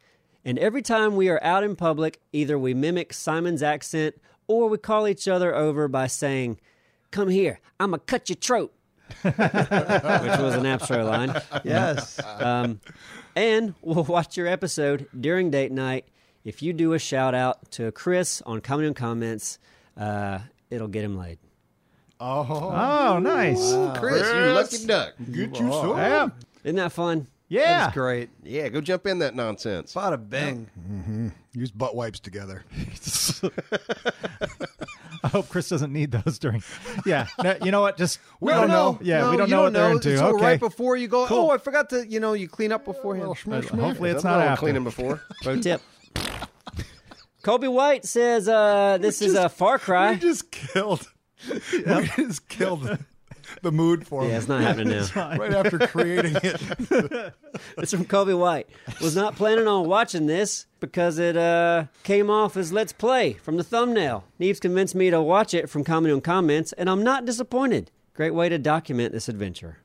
Speaker 4: And every time we are out in public, either we mimic Simon's accent or we call each other over by saying, "Come here, I'ma cut your throat," which was an abstro line.
Speaker 5: Yes.
Speaker 4: Um, and we'll watch your episode during date night. If you do a shout out to Chris on Comedy and Comments, uh, it'll get him laid.
Speaker 2: oh, nice.
Speaker 3: Chris, you lucky duck.
Speaker 1: Get you so.
Speaker 2: Yeah.
Speaker 4: Isn't that fun?
Speaker 2: Yeah.
Speaker 5: That's great.
Speaker 3: Yeah, go jump in that nonsense.
Speaker 5: Bada bing.
Speaker 1: Use butt wipes together.
Speaker 2: I hope Chris doesn't need those during. Yeah. No, you know what? Just
Speaker 1: We don't know.
Speaker 2: Yeah,
Speaker 5: No,
Speaker 2: we don't
Speaker 5: you
Speaker 2: know what they're into.
Speaker 5: So
Speaker 2: okay.
Speaker 5: right Oh, before you go,
Speaker 2: Cool.
Speaker 5: oh, I forgot to, you know, you clean up beforehand.
Speaker 2: Uh, hopefully, it's
Speaker 3: Nothing wrong
Speaker 2: not
Speaker 3: with
Speaker 2: after.
Speaker 3: cleaning before.
Speaker 4: Pro tip. Kobe White says uh, this is a Far Cry.
Speaker 1: We just killed. We just killed the, the mood for
Speaker 4: yeah,
Speaker 1: him
Speaker 4: it's not happening now.
Speaker 1: right after creating it.
Speaker 4: It's from Kobe White. Was not planning on watching this because it uh, came off as Let's Play from the thumbnail. Neves convinced me to watch it from Comedy and Comments, and I'm not disappointed. Great way to document this adventure.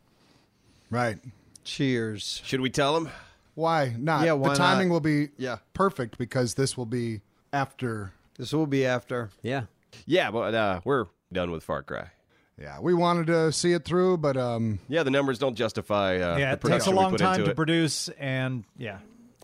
Speaker 1: Right.
Speaker 5: Cheers.
Speaker 3: Should we tell him?
Speaker 1: Why not?
Speaker 5: Yeah, why
Speaker 1: the timing
Speaker 5: not?
Speaker 1: will be
Speaker 5: Yeah.
Speaker 1: perfect because this will be after.
Speaker 5: This will be after.
Speaker 4: Yeah.
Speaker 3: Yeah, but uh, we're done with Far Cry.
Speaker 1: Yeah, we wanted to see it through, but um,
Speaker 3: Yeah, the numbers don't justify uh,
Speaker 2: Yeah,
Speaker 3: the
Speaker 2: it takes a
Speaker 3: production we
Speaker 2: long
Speaker 3: put
Speaker 2: time
Speaker 3: into
Speaker 2: to
Speaker 3: it.
Speaker 2: produce, and yeah,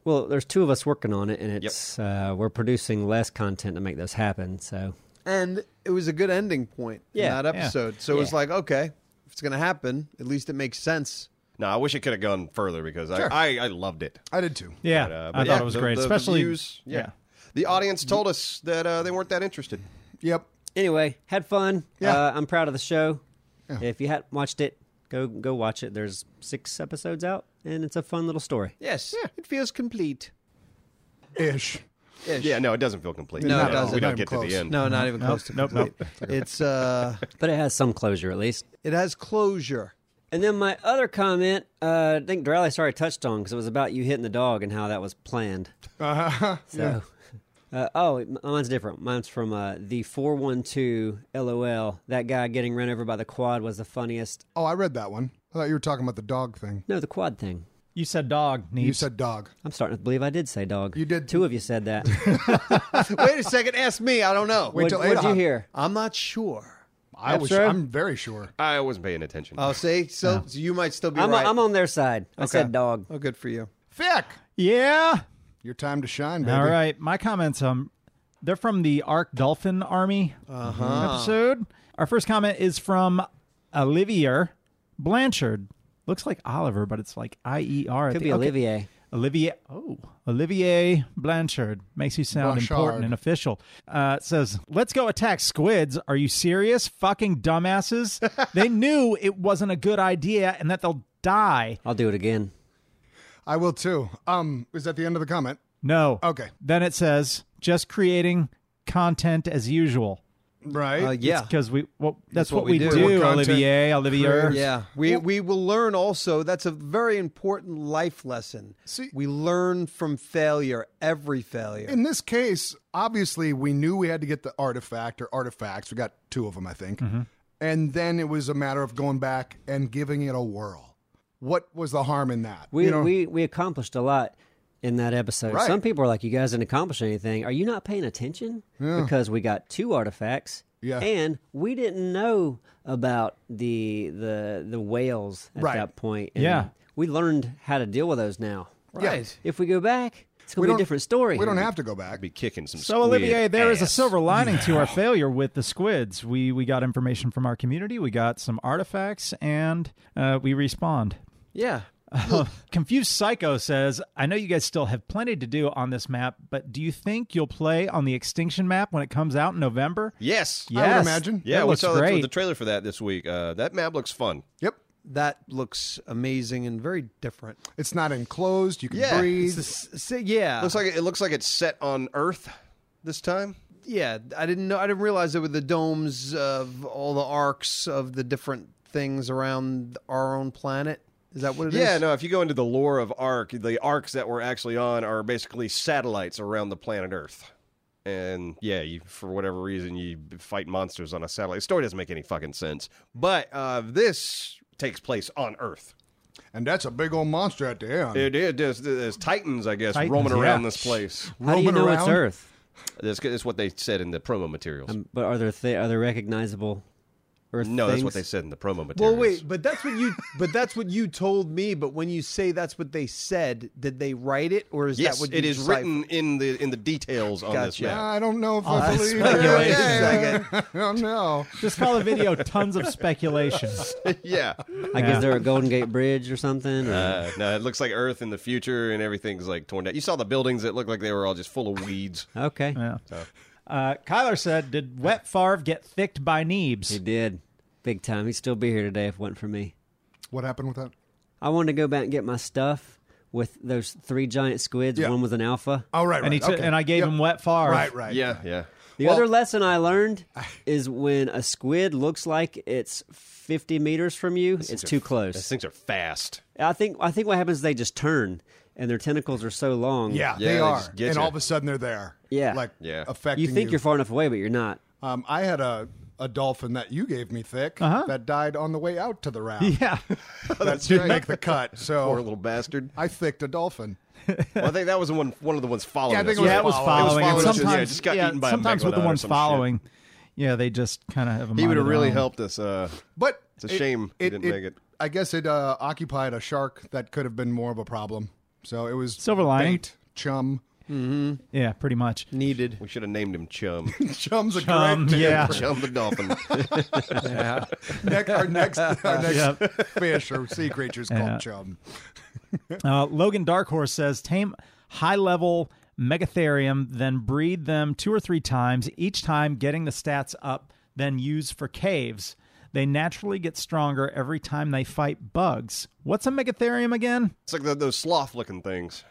Speaker 4: Well, there's two of us working on it, and it's uh, we're producing less content to make this happen. So
Speaker 5: And it was a good ending point
Speaker 4: Yeah,
Speaker 5: in that
Speaker 2: yeah.
Speaker 5: episode. So it was like, okay, if it's going to happen, at least it makes sense.
Speaker 3: No, I wish it could have gone further because I, I, I loved it.
Speaker 1: I did too.
Speaker 2: yeah,
Speaker 3: But, uh, but
Speaker 2: I thought
Speaker 3: yeah,
Speaker 2: it was
Speaker 3: the-
Speaker 2: great,
Speaker 3: the- the
Speaker 2: especially
Speaker 3: views, yeah.
Speaker 2: yeah.
Speaker 3: The audience told us that uh, they weren't that interested.
Speaker 1: Yep.
Speaker 4: anyway, had fun.
Speaker 1: Yeah.
Speaker 4: Uh, I'm proud of the show. If you hadn't watched it, go go watch it. There's six episodes out, and it's a fun little story.
Speaker 5: Yes. It feels complete.
Speaker 1: Ish.
Speaker 3: Yeah, no, it doesn't feel complete.
Speaker 5: No, it
Speaker 3: Yeah,
Speaker 5: doesn't.
Speaker 3: We
Speaker 1: Not
Speaker 3: don't
Speaker 1: even
Speaker 3: get to
Speaker 1: close.
Speaker 3: the end.
Speaker 5: No, not even close
Speaker 2: Nope,
Speaker 5: to
Speaker 2: nope,
Speaker 5: complete. It's uh
Speaker 4: But it has some closure at least.
Speaker 5: it has closure.
Speaker 4: And then my other comment, uh, I think Drally sorry touched on because it was about you hitting the dog and how that was planned.
Speaker 1: Uh-huh.
Speaker 4: So, uh, oh, m- mine's different. Mine's from uh, the 412 LOL. That guy getting run over by the quad was the funniest.
Speaker 1: Oh, I read that one. I thought you were talking about the dog thing.
Speaker 4: No, the quad thing.
Speaker 2: You said dog. Neeps.
Speaker 1: You said dog.
Speaker 4: I'm starting to believe I did say dog.
Speaker 1: You did.
Speaker 4: Two of you said that.
Speaker 5: Wait a second. Ask me. I don't know.
Speaker 4: what,
Speaker 1: till
Speaker 4: what'd you
Speaker 1: Adon.
Speaker 4: hear?
Speaker 5: I'm not sure.
Speaker 1: I was.
Speaker 4: sir?
Speaker 1: I'm very sure.
Speaker 3: I wasn't paying attention.
Speaker 5: I'll say so. so you might still be
Speaker 4: I'm,
Speaker 5: right.
Speaker 4: I'm on their side. I said dog.
Speaker 5: oh, good for you.
Speaker 1: Vic,
Speaker 2: Yeah.
Speaker 1: your time to shine, baby.
Speaker 2: All right, my comments. Um, they're from the Arc Dolphin Army episode. Our first comment is from Olivier Blanchard. Looks like Oliver, but it's like I E R. at
Speaker 4: Could
Speaker 2: the-
Speaker 4: be
Speaker 2: okay.
Speaker 4: Olivier.
Speaker 2: Olivier. Oh, Olivier Blanchard makes you sound
Speaker 1: Blanchard.
Speaker 2: important and official. Uh, it says, "Let's go attack squids. Are you serious? Fucking dumbasses! they knew it wasn't a good idea and that they'll die.
Speaker 4: I'll do it again.
Speaker 1: I will too. Um, is that the end of the comment?
Speaker 2: No.
Speaker 1: Okay.
Speaker 2: Then it says, just creating content as usual."
Speaker 1: Right.
Speaker 5: Uh, yeah.
Speaker 2: because we well, that's what,
Speaker 5: what
Speaker 2: we,
Speaker 5: we
Speaker 2: do,
Speaker 5: do.
Speaker 1: We're content
Speaker 2: Olivier, Olivier.
Speaker 1: creators.
Speaker 5: Yeah, we we will learn also. That's a very important life lesson.
Speaker 1: See-
Speaker 5: we learn from failure, every failure.
Speaker 1: In this case, obviously, we knew we had to get the artifact or artifacts. We got two of them, I think.
Speaker 2: Mm-hmm.
Speaker 1: And then it was a matter of going back and giving it a whirl. What was the harm in that?
Speaker 4: We
Speaker 1: You know,
Speaker 4: we we accomplished a lot in that episode.
Speaker 1: Right.
Speaker 4: Some people are like, "You guys didn't accomplish anything. Are you not paying attention?" Because we got two artifacts.
Speaker 1: Yeah.
Speaker 4: And we didn't know about the the the whales at
Speaker 1: Right.
Speaker 4: that point. And
Speaker 2: Yeah.
Speaker 4: We learned how to deal with those now.
Speaker 5: right.
Speaker 4: If we go back, it's gonna be a
Speaker 1: don't-
Speaker 4: different story.
Speaker 1: we don't have to go back.
Speaker 3: be kicking some.
Speaker 2: So Olivier, there is a
Speaker 3: silver.
Speaker 2: silver lining to our failure with the squids. We we got information from our community. We got some artifacts, and uh, we respond.
Speaker 5: Yeah.
Speaker 2: Confused Psycho says, "I know you guys still have plenty to do on this map, but do you think you'll play on the extinction map when it comes out in November?"
Speaker 3: Yes.
Speaker 1: I
Speaker 2: Yes.
Speaker 1: would imagine.
Speaker 3: Yeah,
Speaker 2: That
Speaker 3: we
Speaker 2: looks
Speaker 3: saw the,
Speaker 2: great.
Speaker 3: the trailer for that this week. Uh, that map looks fun.
Speaker 1: Yep.
Speaker 5: That looks amazing and very different.
Speaker 1: It's not enclosed. You can
Speaker 3: Yeah,
Speaker 1: breathe.
Speaker 5: It's the s- s- yeah.
Speaker 3: Looks like it looks like it's set on Earth this time.
Speaker 5: yeah. I didn't know. I didn't realize there were the domes of all the arcs of the different things around our own planet. Is that what it is?
Speaker 3: Yeah, no. If you go into the lore of Ark, the arcs that we're actually on are basically satellites around the planet Earth. And yeah, you, for whatever reason, you fight monsters on a satellite. The story doesn't make any fucking sense. But uh, this takes place on Earth.
Speaker 1: and that's a big old monster at the end.
Speaker 3: It, it, there's, there's titans, I guess,
Speaker 2: Titans,
Speaker 3: roaming around
Speaker 2: yeah.
Speaker 3: this place.
Speaker 4: How do you
Speaker 1: roaming
Speaker 4: know it's
Speaker 1: around.
Speaker 4: Earth?
Speaker 3: That's, that's what they said in the promo materials.
Speaker 4: But are there th- are there recognizable Earth?
Speaker 3: no, that's what they
Speaker 4: things?
Speaker 3: said in the promo materials.
Speaker 5: Well, wait, but that's what you but that's what you told me. But when you say that's what they said, did they write it or is
Speaker 3: Yes,
Speaker 5: that what
Speaker 3: it
Speaker 5: you
Speaker 3: is
Speaker 5: decipher?
Speaker 3: written in the in the details on this
Speaker 5: Gotcha.
Speaker 3: map.
Speaker 1: I don't
Speaker 4: Oh,
Speaker 1: know if I believe it.
Speaker 5: speculation.
Speaker 1: I don't know.
Speaker 2: Just call the video tons of speculation.
Speaker 3: yeah.
Speaker 4: Like,
Speaker 2: Yeah.
Speaker 4: is there a Golden Gate Bridge or something? Or-
Speaker 3: Uh, no, it looks like Earth in the future, and everything's like torn down. You saw the buildings; it looked like they were all just full of weeds.
Speaker 4: okay.
Speaker 2: Yeah. Uh, Kyler said, "Did Wet Favre get thicked by Neebs?"
Speaker 4: He did. Big time. He'd still be here today if it wasn't for me.
Speaker 1: What happened with that?
Speaker 4: I wanted to go back and get my stuff with those three giant squids.
Speaker 1: Yeah.
Speaker 4: One was an alpha.
Speaker 1: Oh, right, right.
Speaker 2: And he took
Speaker 1: okay.
Speaker 2: and I gave
Speaker 1: Yep.
Speaker 2: him Wet Favre.
Speaker 1: Right, right.
Speaker 3: Yeah, yeah.
Speaker 4: The other lesson I learned is when a squid looks like it's 50 meters from you, it's too
Speaker 3: These
Speaker 4: close.
Speaker 3: things are fast.
Speaker 4: I think I think what happens is they just turn and their tentacles are so long.
Speaker 1: Yeah,
Speaker 3: Yeah,
Speaker 1: they
Speaker 3: they
Speaker 1: are.
Speaker 3: just
Speaker 1: And
Speaker 3: get ya.
Speaker 1: all of a sudden they're there.
Speaker 4: Yeah.
Speaker 1: Like
Speaker 3: Yeah.
Speaker 1: affecting
Speaker 4: You
Speaker 1: you.
Speaker 4: think you. are far enough away, but you're not.
Speaker 1: um, I had a, a dolphin that you gave me, Thick, that died on the way out to the round.
Speaker 2: Uh-huh. Yeah.
Speaker 1: that didn't make the cut.
Speaker 3: Poor
Speaker 1: So
Speaker 3: little bastard.
Speaker 1: I thicked a dolphin.
Speaker 3: Well, I think that was the one one of the ones following.
Speaker 1: Yeah, I think
Speaker 3: us.
Speaker 2: yeah, it was
Speaker 1: following.
Speaker 2: following.
Speaker 3: It was
Speaker 2: and
Speaker 3: following us,
Speaker 2: sometimes,
Speaker 3: yeah, it just got
Speaker 2: yeah,
Speaker 3: eaten by a
Speaker 2: sometimes with the
Speaker 3: megalodon or
Speaker 2: ones
Speaker 3: some
Speaker 2: following, yeah, they just kind of have a.
Speaker 3: He
Speaker 2: mind
Speaker 3: would have
Speaker 2: of their
Speaker 3: really
Speaker 2: own.
Speaker 3: helped us. Uh,
Speaker 1: But
Speaker 3: It's a shame he didn't make it.
Speaker 1: I guess it uh, occupied a shark that could have been more of a problem. So it was
Speaker 2: Silver lining.
Speaker 1: bait, chum.
Speaker 2: Yeah, pretty much.
Speaker 5: needed.
Speaker 3: we should have named him Chum.
Speaker 1: Chum's a
Speaker 2: Um,
Speaker 1: great name.
Speaker 2: yeah,
Speaker 3: Chum the dolphin.
Speaker 1: Next- our next, our next
Speaker 2: Yep.
Speaker 1: fish or sea creature is called
Speaker 2: Yeah.
Speaker 1: chum.
Speaker 2: Uh, Logan Dark Horse says tame high level megatherium, then breed them two or three times, each time getting the stats up, then use for caves. They naturally get stronger every time they fight bugs. What's a megatherium again?
Speaker 3: It's like the, those sloth looking things.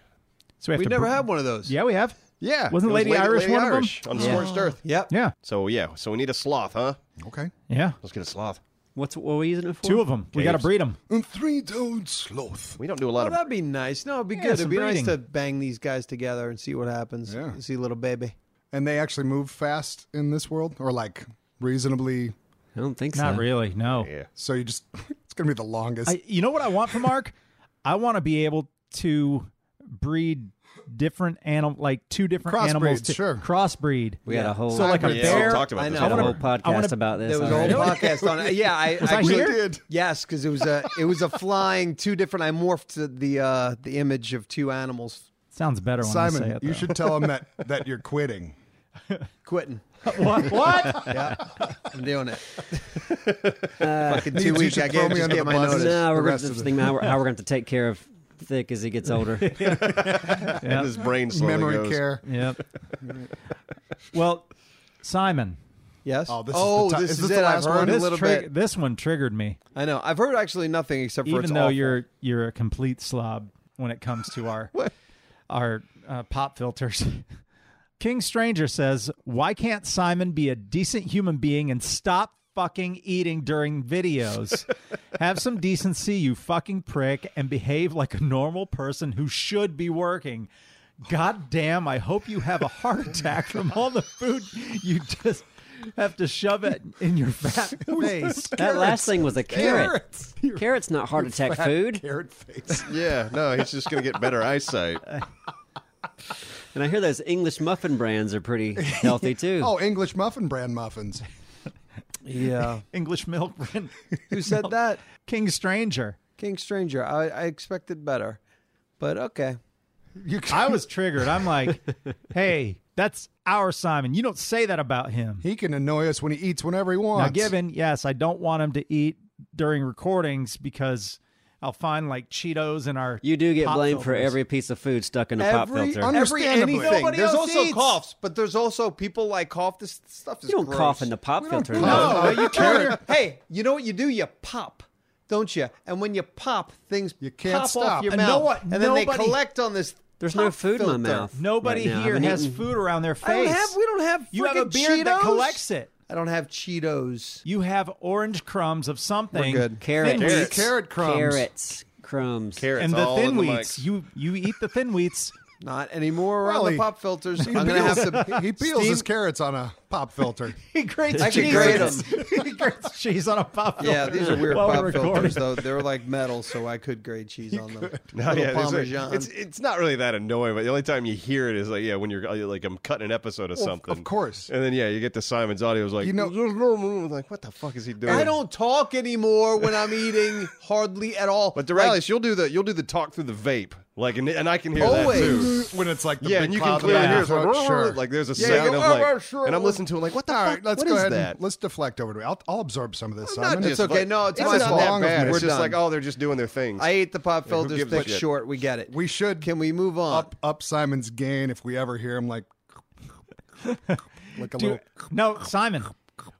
Speaker 2: So we have
Speaker 5: We
Speaker 2: to
Speaker 5: never
Speaker 2: br-
Speaker 5: had one of those.
Speaker 2: Yeah, we have.
Speaker 3: Yeah,
Speaker 2: Wasn't
Speaker 3: it was
Speaker 2: Lady Irish
Speaker 3: Lady
Speaker 2: one of them?
Speaker 3: Irish on Scorched Earth?
Speaker 5: Yep.
Speaker 2: Yeah,
Speaker 3: So yeah, so we need a sloth, huh?
Speaker 1: Okay.
Speaker 2: yeah.
Speaker 3: Let's get a sloth.
Speaker 4: What's what were we using it for?
Speaker 2: Two of them. We got to
Speaker 3: Caves.
Speaker 2: breed them.
Speaker 1: And three-toed sloth.
Speaker 3: We don't do a lot
Speaker 5: Oh,
Speaker 3: of
Speaker 5: that'd be nice. No, it'd be
Speaker 2: Yeah,
Speaker 5: good. It'd
Speaker 2: some
Speaker 5: be
Speaker 2: breeding.
Speaker 5: nice to bang these guys together and see what happens.
Speaker 1: Yeah.
Speaker 5: See little baby.
Speaker 1: And they actually move fast in this world, or like reasonably.
Speaker 4: I don't think
Speaker 2: Not
Speaker 4: so.
Speaker 2: really. No.
Speaker 3: Yeah.
Speaker 1: So you just, it's gonna be the longest.
Speaker 2: I, you know what I want from Mark? I want to be able to breed different animal, like two different
Speaker 1: Crossbreed,
Speaker 2: animals, to
Speaker 1: sure.
Speaker 2: crossbreed.
Speaker 4: We had a whole
Speaker 2: So like a
Speaker 1: Hybrids.
Speaker 3: Yeah, we
Speaker 2: bear.
Speaker 3: talked about
Speaker 5: I
Speaker 3: this.
Speaker 5: know.
Speaker 4: had a
Speaker 2: wanna-
Speaker 4: whole podcast
Speaker 2: I wanna-
Speaker 4: about this.
Speaker 5: There was a whole
Speaker 4: already.
Speaker 5: podcast on it. Yeah, I,
Speaker 2: I
Speaker 5: actually
Speaker 2: here?
Speaker 1: did.
Speaker 5: Yes, because it was a it was a flying two different. I morphed the uh, the image of two animals
Speaker 2: Sounds better when I say
Speaker 1: Simon,
Speaker 2: it.
Speaker 1: you
Speaker 2: though.
Speaker 1: should tell him that that you're quitting.
Speaker 5: quitting.
Speaker 2: what? what?
Speaker 5: Yeah, I'm doing it. Fucking two
Speaker 1: you
Speaker 5: weeks.
Speaker 1: should
Speaker 5: I
Speaker 1: throw
Speaker 5: gave
Speaker 1: me
Speaker 5: just
Speaker 1: under
Speaker 5: get
Speaker 1: the
Speaker 5: my
Speaker 1: bus.
Speaker 5: notice.
Speaker 1: the
Speaker 4: No, we're going
Speaker 1: rest
Speaker 4: to
Speaker 1: of the-
Speaker 4: think now how we're going to have to take care of Thick as he gets older.
Speaker 3: And his brain slowly
Speaker 1: Memory
Speaker 3: goes.
Speaker 1: care.
Speaker 2: Yep. well, Simon,
Speaker 5: Yes.
Speaker 1: Oh, this is
Speaker 5: oh,
Speaker 1: the ti-
Speaker 5: this
Speaker 1: is
Speaker 5: is
Speaker 1: this
Speaker 5: it.
Speaker 1: the
Speaker 5: I've
Speaker 1: last
Speaker 5: heard
Speaker 1: one?
Speaker 5: a
Speaker 2: this
Speaker 5: little
Speaker 2: trig-
Speaker 5: bit.
Speaker 2: this one triggered me.
Speaker 5: I know. I've heard actually nothing except for
Speaker 2: even
Speaker 5: it's
Speaker 2: though
Speaker 5: awful.
Speaker 2: you're you're a complete slob when it comes to our our uh, pop filters. King Stranger says, "Why can't Simon be a decent human being and stop fucking eating during videos? Have some decency, you fucking prick, and behave like a normal person who should be working." God damn, I hope you have a heart attack from all the food you just have to shove it in your fat face.
Speaker 4: that last thing was a carrot.
Speaker 1: Carrots.
Speaker 4: Carrot's not heart attack
Speaker 1: Fat
Speaker 4: food.
Speaker 1: Carrot face.
Speaker 3: Yeah, no, he's just gonna get better eyesight.
Speaker 4: And I hear those English muffin brands are pretty healthy too.
Speaker 1: Oh, English muffin brand muffins.
Speaker 5: yeah.
Speaker 2: English milk.
Speaker 5: Who said that?
Speaker 2: King Stranger.
Speaker 5: King Stranger. I, I expected better, but okay.
Speaker 1: You
Speaker 2: I was triggered. I'm like, hey, that's our Simon. You don't say that about him.
Speaker 1: He can annoy us when he eats whenever he wants.
Speaker 2: Now, given, yes, I don't want him to eat during recordings because I'll find like Cheetos in our.
Speaker 4: You do get
Speaker 2: pop
Speaker 4: blamed for
Speaker 2: filters.
Speaker 4: every piece of food stuck in a pop
Speaker 5: Every,
Speaker 4: filter.
Speaker 1: un-
Speaker 5: every
Speaker 1: Understandably.
Speaker 5: anything.
Speaker 1: Nobody
Speaker 5: there's
Speaker 2: else
Speaker 5: also
Speaker 2: eats.
Speaker 5: coughs, but there's also people like cough. This stuff is
Speaker 4: you don't
Speaker 5: gross.
Speaker 4: cough in the pop filter.
Speaker 2: No, but you turn your-
Speaker 5: hey, you know what you do? You pop, don't you? And when you pop, things
Speaker 1: You can't
Speaker 5: pop
Speaker 1: stop.
Speaker 5: off your
Speaker 2: And
Speaker 5: mouth,
Speaker 2: know what?
Speaker 5: and then they
Speaker 2: Nobody-
Speaker 5: collect on this.
Speaker 4: There's no
Speaker 5: pop
Speaker 4: food in my
Speaker 5: filter.
Speaker 4: mouth.
Speaker 2: Nobody
Speaker 4: right now. I
Speaker 2: here
Speaker 4: haven't
Speaker 2: has
Speaker 4: eaten-
Speaker 2: food around their face.
Speaker 5: I don't have. We don't have.
Speaker 2: You have a
Speaker 5: friggin'
Speaker 2: beard that
Speaker 5: Cheetos.
Speaker 2: collects it.
Speaker 5: I don't have Cheetos.
Speaker 2: You have orange crumbs of something.
Speaker 5: good.
Speaker 4: Carrots.
Speaker 2: Thin wheats.
Speaker 1: Carrot crumbs.
Speaker 4: Carrots, crumbs.
Speaker 3: Carrots
Speaker 2: And the
Speaker 3: all in
Speaker 2: thin
Speaker 3: the
Speaker 2: wheats.
Speaker 3: mics.
Speaker 2: you you eat the thin wheats.
Speaker 5: Not anymore around
Speaker 1: Well,
Speaker 5: the
Speaker 1: he-
Speaker 5: pop filters. I'm gonna have to.
Speaker 1: He peels
Speaker 5: Steam-
Speaker 1: his carrots on a pop filter.
Speaker 2: He grates
Speaker 5: I could
Speaker 2: cheese.
Speaker 5: grate
Speaker 2: he grates cheese on a pop.
Speaker 5: Yeah, these are weird
Speaker 2: While we're
Speaker 5: pop
Speaker 2: recording.
Speaker 5: filters though. They're like metal, so I could grate cheese on
Speaker 3: No,
Speaker 5: them. Little
Speaker 3: Oh, yeah, there's a-
Speaker 5: Parmesan.
Speaker 3: it's it's not really that annoying, but the only time you hear it is like yeah, when you're uh, like I'm cutting an episode of
Speaker 1: Well, of
Speaker 3: something,
Speaker 1: course.
Speaker 3: and then yeah, you get to Simon's audio, it's like
Speaker 1: You know-
Speaker 3: like what the fuck is he doing?
Speaker 5: I don't talk anymore when I'm eating, hardly at all.
Speaker 3: But
Speaker 5: Like,
Speaker 3: Duralis, you'll do the you'll do the talk through the vape, like and, and I can hear
Speaker 5: Always.
Speaker 3: that too.
Speaker 1: when it's like the
Speaker 3: Yeah,
Speaker 1: big
Speaker 3: and you can
Speaker 1: cloud
Speaker 3: clearly
Speaker 1: in the
Speaker 3: hear it's like,
Speaker 1: throat, sure.
Speaker 3: like there's a
Speaker 5: Yeah, you
Speaker 3: sound
Speaker 5: go,
Speaker 3: of like,
Speaker 5: "Oh, sure,
Speaker 3: and I'm
Speaker 5: well,
Speaker 3: listening to it like, what the
Speaker 1: All
Speaker 3: fuck?
Speaker 1: right, let's
Speaker 3: What
Speaker 1: go
Speaker 3: is
Speaker 1: ahead
Speaker 3: that?
Speaker 1: and let's deflect over to it. I'll, I'll absorb some of this, Simon.
Speaker 5: just-
Speaker 1: It's-
Speaker 5: okay, no, it's
Speaker 1: my
Speaker 3: not
Speaker 1: fault.
Speaker 3: that bad.
Speaker 1: We're
Speaker 3: It's just
Speaker 5: done.
Speaker 3: like, oh, they're just doing their things.
Speaker 5: I ate the pop
Speaker 3: who
Speaker 5: filters,
Speaker 3: gives a
Speaker 5: thick,
Speaker 3: shit?
Speaker 5: short. We get it.
Speaker 1: we should
Speaker 5: Can we move on?
Speaker 1: up up Simon's gain if we ever hear him like like a
Speaker 2: Do,
Speaker 1: little.
Speaker 2: no, Simon.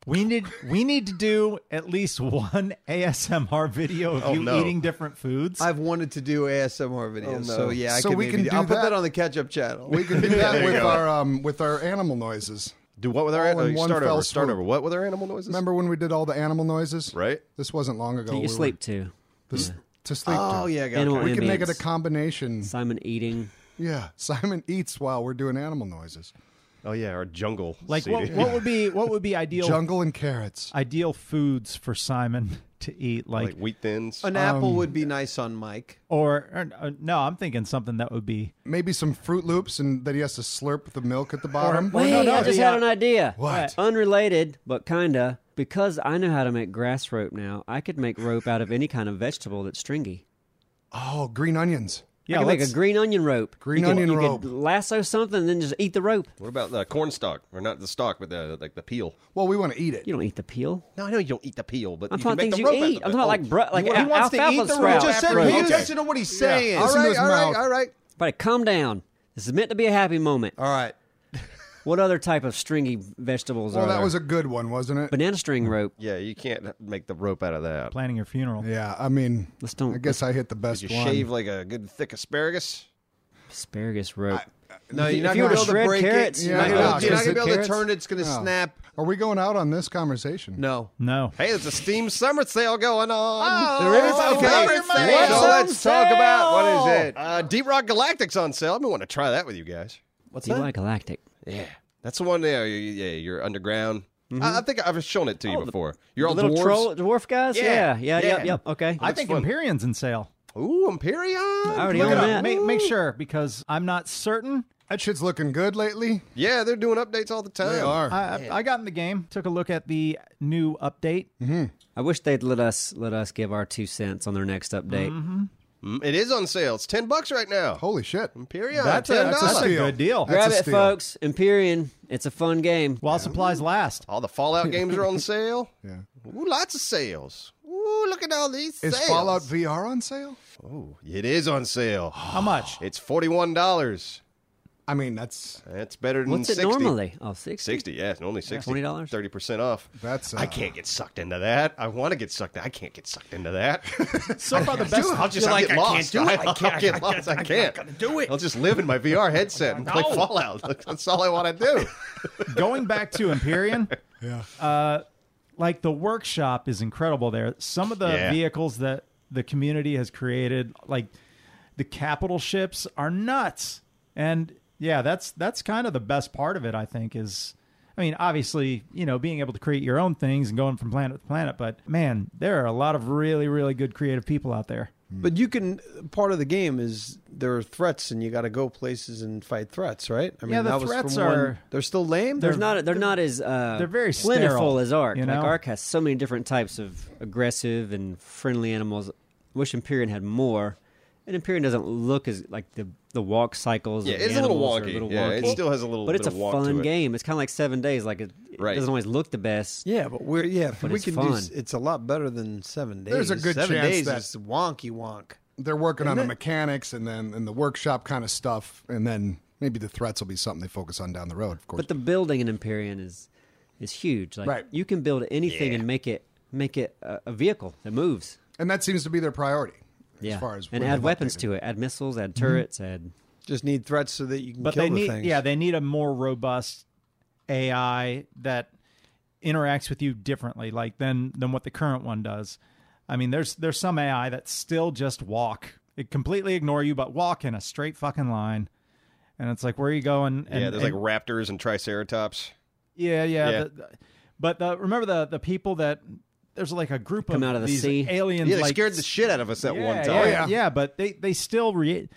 Speaker 2: We need we need to do at least one ASMR video of
Speaker 3: Oh,
Speaker 2: you
Speaker 3: no.
Speaker 2: eating different foods.
Speaker 5: I've wanted to do ASMR videos,
Speaker 3: Oh, no.
Speaker 5: so yeah, I
Speaker 1: So
Speaker 5: can
Speaker 1: we
Speaker 5: maybe
Speaker 1: can
Speaker 5: do-
Speaker 1: do
Speaker 5: I'll put that
Speaker 1: that.
Speaker 5: on the catch up channel.
Speaker 1: We can do that
Speaker 3: you
Speaker 1: with
Speaker 3: go.
Speaker 1: our um with our animal noises.
Speaker 3: do what with our
Speaker 1: All in
Speaker 3: animal?
Speaker 1: one
Speaker 3: Start
Speaker 1: fell
Speaker 3: over. Start
Speaker 1: swoop.
Speaker 3: over. What with our animal noises?
Speaker 1: Remember when we did all the animal noises?
Speaker 3: right?
Speaker 1: This wasn't long ago.
Speaker 4: You
Speaker 1: We were-
Speaker 4: sleep too.
Speaker 1: this- to sleep.
Speaker 5: oh
Speaker 1: to.
Speaker 5: yeah, I got
Speaker 4: Animal
Speaker 5: it.
Speaker 1: We can make
Speaker 4: ambience.
Speaker 1: it a combination.
Speaker 4: Simon eating.
Speaker 1: Yeah, Simon eats while we're doing animal noises.
Speaker 3: Oh yeah, our jungle.
Speaker 2: like
Speaker 3: CD.
Speaker 2: what, what would be what would be ideal
Speaker 1: Jungle and carrots.
Speaker 2: ideal foods for Simon to eat like,
Speaker 3: like wheat thins.
Speaker 5: An apple would be nice on Mike.
Speaker 2: or, or, uh, no, I'm thinking something that would be
Speaker 1: Maybe some Fruit Loops, and that he has to slurp the milk at the bottom.
Speaker 2: Or-
Speaker 4: Wait,
Speaker 2: no, no,
Speaker 4: I just
Speaker 2: the,
Speaker 4: had
Speaker 2: uh,
Speaker 4: an idea.
Speaker 1: What?
Speaker 4: Unrelated, but kinda. Because I know how to make grass rope now, I could make rope out of any kind of vegetable that's stringy.
Speaker 1: Oh, green onions.
Speaker 2: yeah,
Speaker 4: I could make a
Speaker 2: let's-
Speaker 4: green onion rope.
Speaker 1: Green
Speaker 4: you could-
Speaker 1: onion
Speaker 4: you
Speaker 1: rope.
Speaker 4: Could lasso something and then just eat the rope.
Speaker 3: What about the corn stalk, or not the stalk, but the like the peel?
Speaker 1: Well, we want to eat it.
Speaker 4: You don't eat the peel.
Speaker 3: No, I know you don't eat the peel, but
Speaker 4: I'm
Speaker 3: you
Speaker 4: talking
Speaker 3: can make
Speaker 4: things
Speaker 3: the
Speaker 4: you
Speaker 3: rope out
Speaker 4: eat.
Speaker 3: of
Speaker 4: I'm
Speaker 3: it.
Speaker 4: talking
Speaker 3: Oh,
Speaker 4: like bre- like
Speaker 5: He
Speaker 4: al-
Speaker 5: wants to
Speaker 4: alfalfa
Speaker 5: eat the
Speaker 4: sprout.
Speaker 5: root. Just said,
Speaker 3: Right.
Speaker 5: pay
Speaker 3: Okay.
Speaker 5: attention to what he's
Speaker 1: It's
Speaker 5: saying. All
Speaker 1: in
Speaker 5: right,
Speaker 1: his
Speaker 5: all right,
Speaker 1: mouth.
Speaker 5: all right,
Speaker 4: But calm down. This is meant to be a happy moment.
Speaker 5: all right.
Speaker 4: What other type of stringy vegetables
Speaker 1: Well,
Speaker 4: are
Speaker 1: that
Speaker 4: there?
Speaker 1: was a good one, wasn't it?
Speaker 4: banana string rope.
Speaker 3: Yeah, you can't make the rope out of that.
Speaker 2: planning your funeral.
Speaker 1: Yeah, I mean,
Speaker 4: Let's don't-
Speaker 1: I guess I hit the best
Speaker 3: You
Speaker 1: one.
Speaker 3: shave like a good thick asparagus.
Speaker 4: Asparagus rope.
Speaker 5: No,
Speaker 4: If
Speaker 5: you're not
Speaker 4: you were to
Speaker 5: going to be able to
Speaker 4: shred
Speaker 5: break
Speaker 4: carrots,
Speaker 5: it.
Speaker 1: you're
Speaker 5: You're not
Speaker 1: not gonna
Speaker 5: going
Speaker 1: be
Speaker 5: to
Speaker 1: able
Speaker 5: be
Speaker 1: to
Speaker 5: able to
Speaker 4: carrots.
Speaker 5: turn it. It's going to
Speaker 1: No.
Speaker 5: snap.
Speaker 1: Are we going out on this conversation?
Speaker 5: No.
Speaker 2: No,
Speaker 3: Hey, there's a steam summer sale going on.
Speaker 5: There is
Speaker 3: Oh,
Speaker 5: okay.
Speaker 3: summer
Speaker 5: So
Speaker 3: sale.
Speaker 5: let's talk about what is it?
Speaker 3: Uh, Deep Rock Galactic's on sale. I've been wanting to try that with you guys.
Speaker 4: What's you like galactic?
Speaker 3: Yeah, that's the one. Yeah, you- yeah, you're underground. I, I think I've shown it to you before. You're all
Speaker 4: little
Speaker 3: dwarves.
Speaker 4: troll dwarf guys.
Speaker 3: Yeah,
Speaker 4: Yeah, yeah,
Speaker 3: yeah.
Speaker 4: yep, yep. Okay.
Speaker 2: I think
Speaker 3: fun.
Speaker 2: Empyrean's in sale.
Speaker 3: Ooh, Imperium.
Speaker 4: I already
Speaker 2: Look
Speaker 4: own
Speaker 2: it up.
Speaker 4: that.
Speaker 2: Make, make sure because I'm not certain.
Speaker 1: That shit's looking good lately.
Speaker 3: Yeah, they're doing updates all the time.
Speaker 1: They are.
Speaker 2: I, I got in the game, took a look at the new update.
Speaker 4: I wish they'd let us let us give our two cents on their next update.
Speaker 3: Mm, It is on sale. It's ten bucks right now.
Speaker 1: Holy shit.
Speaker 3: Imperium.
Speaker 2: That's a-
Speaker 3: $10.
Speaker 2: that's a steal. good deal.
Speaker 1: That's
Speaker 4: Grab
Speaker 1: a
Speaker 4: it,
Speaker 1: steal.
Speaker 4: folks. Empyrean. It's a fun game.
Speaker 2: While supplies last,
Speaker 3: All the Fallout games are on sale.
Speaker 1: Yeah.
Speaker 3: Ooh, lots of sales. Ooh, look at all these
Speaker 1: Is
Speaker 3: sales.
Speaker 1: Fallout VR on sale?
Speaker 3: Ooh, it is on sale.
Speaker 2: how much?
Speaker 3: It's forty-one dollars.
Speaker 1: I mean, that's
Speaker 3: That's better than
Speaker 4: What's it
Speaker 3: 60.
Speaker 4: normally? Oh, 60?
Speaker 3: Sixty, yeah, it's normally sixty.
Speaker 4: $20?
Speaker 3: thirty percent off.
Speaker 1: That's, uh,
Speaker 3: I can't get sucked into that. I want to get sucked. I can't get sucked into that.
Speaker 2: So far, the best.
Speaker 3: I'll just I'll get lost. I can't get lost. I can't do it. I'll just live in my VR headset and play Fallout. That's all I want to do.
Speaker 2: going back to Empyrean,
Speaker 1: Yeah.
Speaker 2: uh, like the workshop is incredible there. Some of the
Speaker 3: Yeah.
Speaker 2: vehicles that the community has created, like the capital ships, are nuts. And yeah, that's that's kind of the best part of it. I think is, I mean, obviously, you know, being able to create your own things and going from planet to planet. But man, there are a lot of really, really good creative people out there.
Speaker 5: But you can part of the game is there are threats and you got to go places and fight threats, right? I mean,
Speaker 2: Yeah, the
Speaker 5: that was
Speaker 2: threats
Speaker 5: from one-
Speaker 2: are-
Speaker 5: they're still lame.
Speaker 4: They're not. They're not as. Uh,
Speaker 2: they're very
Speaker 4: plentiful
Speaker 2: sterile,
Speaker 4: as Ark.
Speaker 2: you know?
Speaker 4: Like Ark has so many different types of aggressive and friendly animals. Wish Empyrean had more. And Empyrean doesn't look as like the the walk cycles.
Speaker 3: Yeah,
Speaker 4: of
Speaker 3: it's
Speaker 4: the
Speaker 3: a little
Speaker 4: animals are
Speaker 3: wonky. yeah, it
Speaker 4: wonky.
Speaker 3: still has a little.
Speaker 4: but it's a
Speaker 3: bit of walk
Speaker 4: fun
Speaker 3: to it.
Speaker 4: game. It's kind of like Seven Days. Like it, it
Speaker 3: Right.
Speaker 4: doesn't always look the best.
Speaker 5: yeah, but we're yeah, if
Speaker 4: But
Speaker 5: we
Speaker 4: it's
Speaker 5: can do.
Speaker 4: fun.
Speaker 5: s- It's a lot better than seven days.
Speaker 1: There's a good
Speaker 5: seven
Speaker 1: chance
Speaker 5: days
Speaker 1: that-
Speaker 5: is wonky wonk.
Speaker 1: they're working on the mechanics and then and the workshop kind of stuff, and then maybe the threats will be something they focus on down the road. Of course,
Speaker 4: But the building in Empyrean is is huge. Like
Speaker 1: Right.
Speaker 4: you can build anything and make it make it a, a vehicle that moves.
Speaker 1: and that seems to be their priority
Speaker 4: Yeah,
Speaker 1: as far as
Speaker 4: and
Speaker 1: when
Speaker 4: add
Speaker 1: they've
Speaker 4: weapons
Speaker 1: updated.
Speaker 4: to it. Add missiles. Add turrets. Add
Speaker 5: Just need threats so that you can
Speaker 2: But
Speaker 5: kill
Speaker 2: they
Speaker 5: the
Speaker 2: need,
Speaker 5: things.
Speaker 2: yeah, they need a more robust AI that interacts with you differently, like than than what the current one does. I mean, there's there's some AI that still just walk, it completely ignore you, but walk in a straight fucking line, and it's like, where are you going? And,
Speaker 3: Yeah, there's
Speaker 2: and-
Speaker 3: like raptors and triceratops.
Speaker 2: yeah, yeah.
Speaker 3: Yeah.
Speaker 2: the- the- but the, remember the the people that there's like a group
Speaker 4: Come
Speaker 2: of
Speaker 4: out of the
Speaker 2: these
Speaker 4: sea.
Speaker 2: aliens.
Speaker 3: Yeah, they
Speaker 2: like,
Speaker 3: scared the shit out of us that
Speaker 2: yeah,
Speaker 3: one
Speaker 2: Yeah,
Speaker 3: time.
Speaker 2: yeah.
Speaker 1: yeah.
Speaker 2: but they they still re-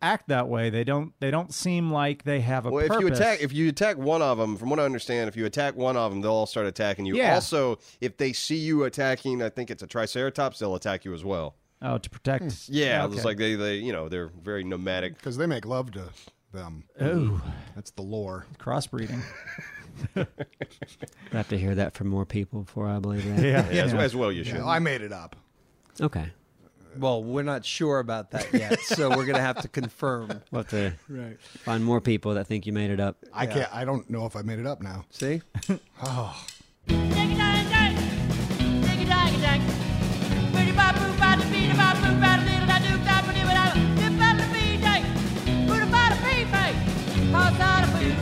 Speaker 2: act that way. They don't they don't seem like they have a
Speaker 3: Well, if
Speaker 2: purpose.
Speaker 3: you attack, if you attack one of them, from what I understand, if you attack one of them, they'll all start attacking you.
Speaker 2: Yeah.
Speaker 3: Also, if they see you attacking, I think it's a triceratops, they'll attack you as well.
Speaker 2: oh, to protect.
Speaker 3: Hmm. Yeah,
Speaker 2: okay.
Speaker 3: it's like they, they, you know, they're very nomadic.
Speaker 1: because they make love to them.
Speaker 2: Ooh,
Speaker 1: That's the lore.
Speaker 2: crossbreeding.
Speaker 4: I have to hear that from more people before I believe that.
Speaker 2: Yeah,
Speaker 3: As, as well, you should.
Speaker 1: Yeah, I made it up.
Speaker 4: Okay.
Speaker 5: Well, we're not sure about that yet, so we're gonna have to confirm.
Speaker 4: We'll have to
Speaker 1: Right.
Speaker 4: find more people that think you made it up.
Speaker 1: I can't. I don't know if I made it up now.
Speaker 5: See,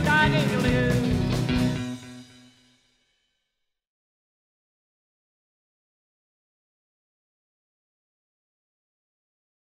Speaker 6: Doggy,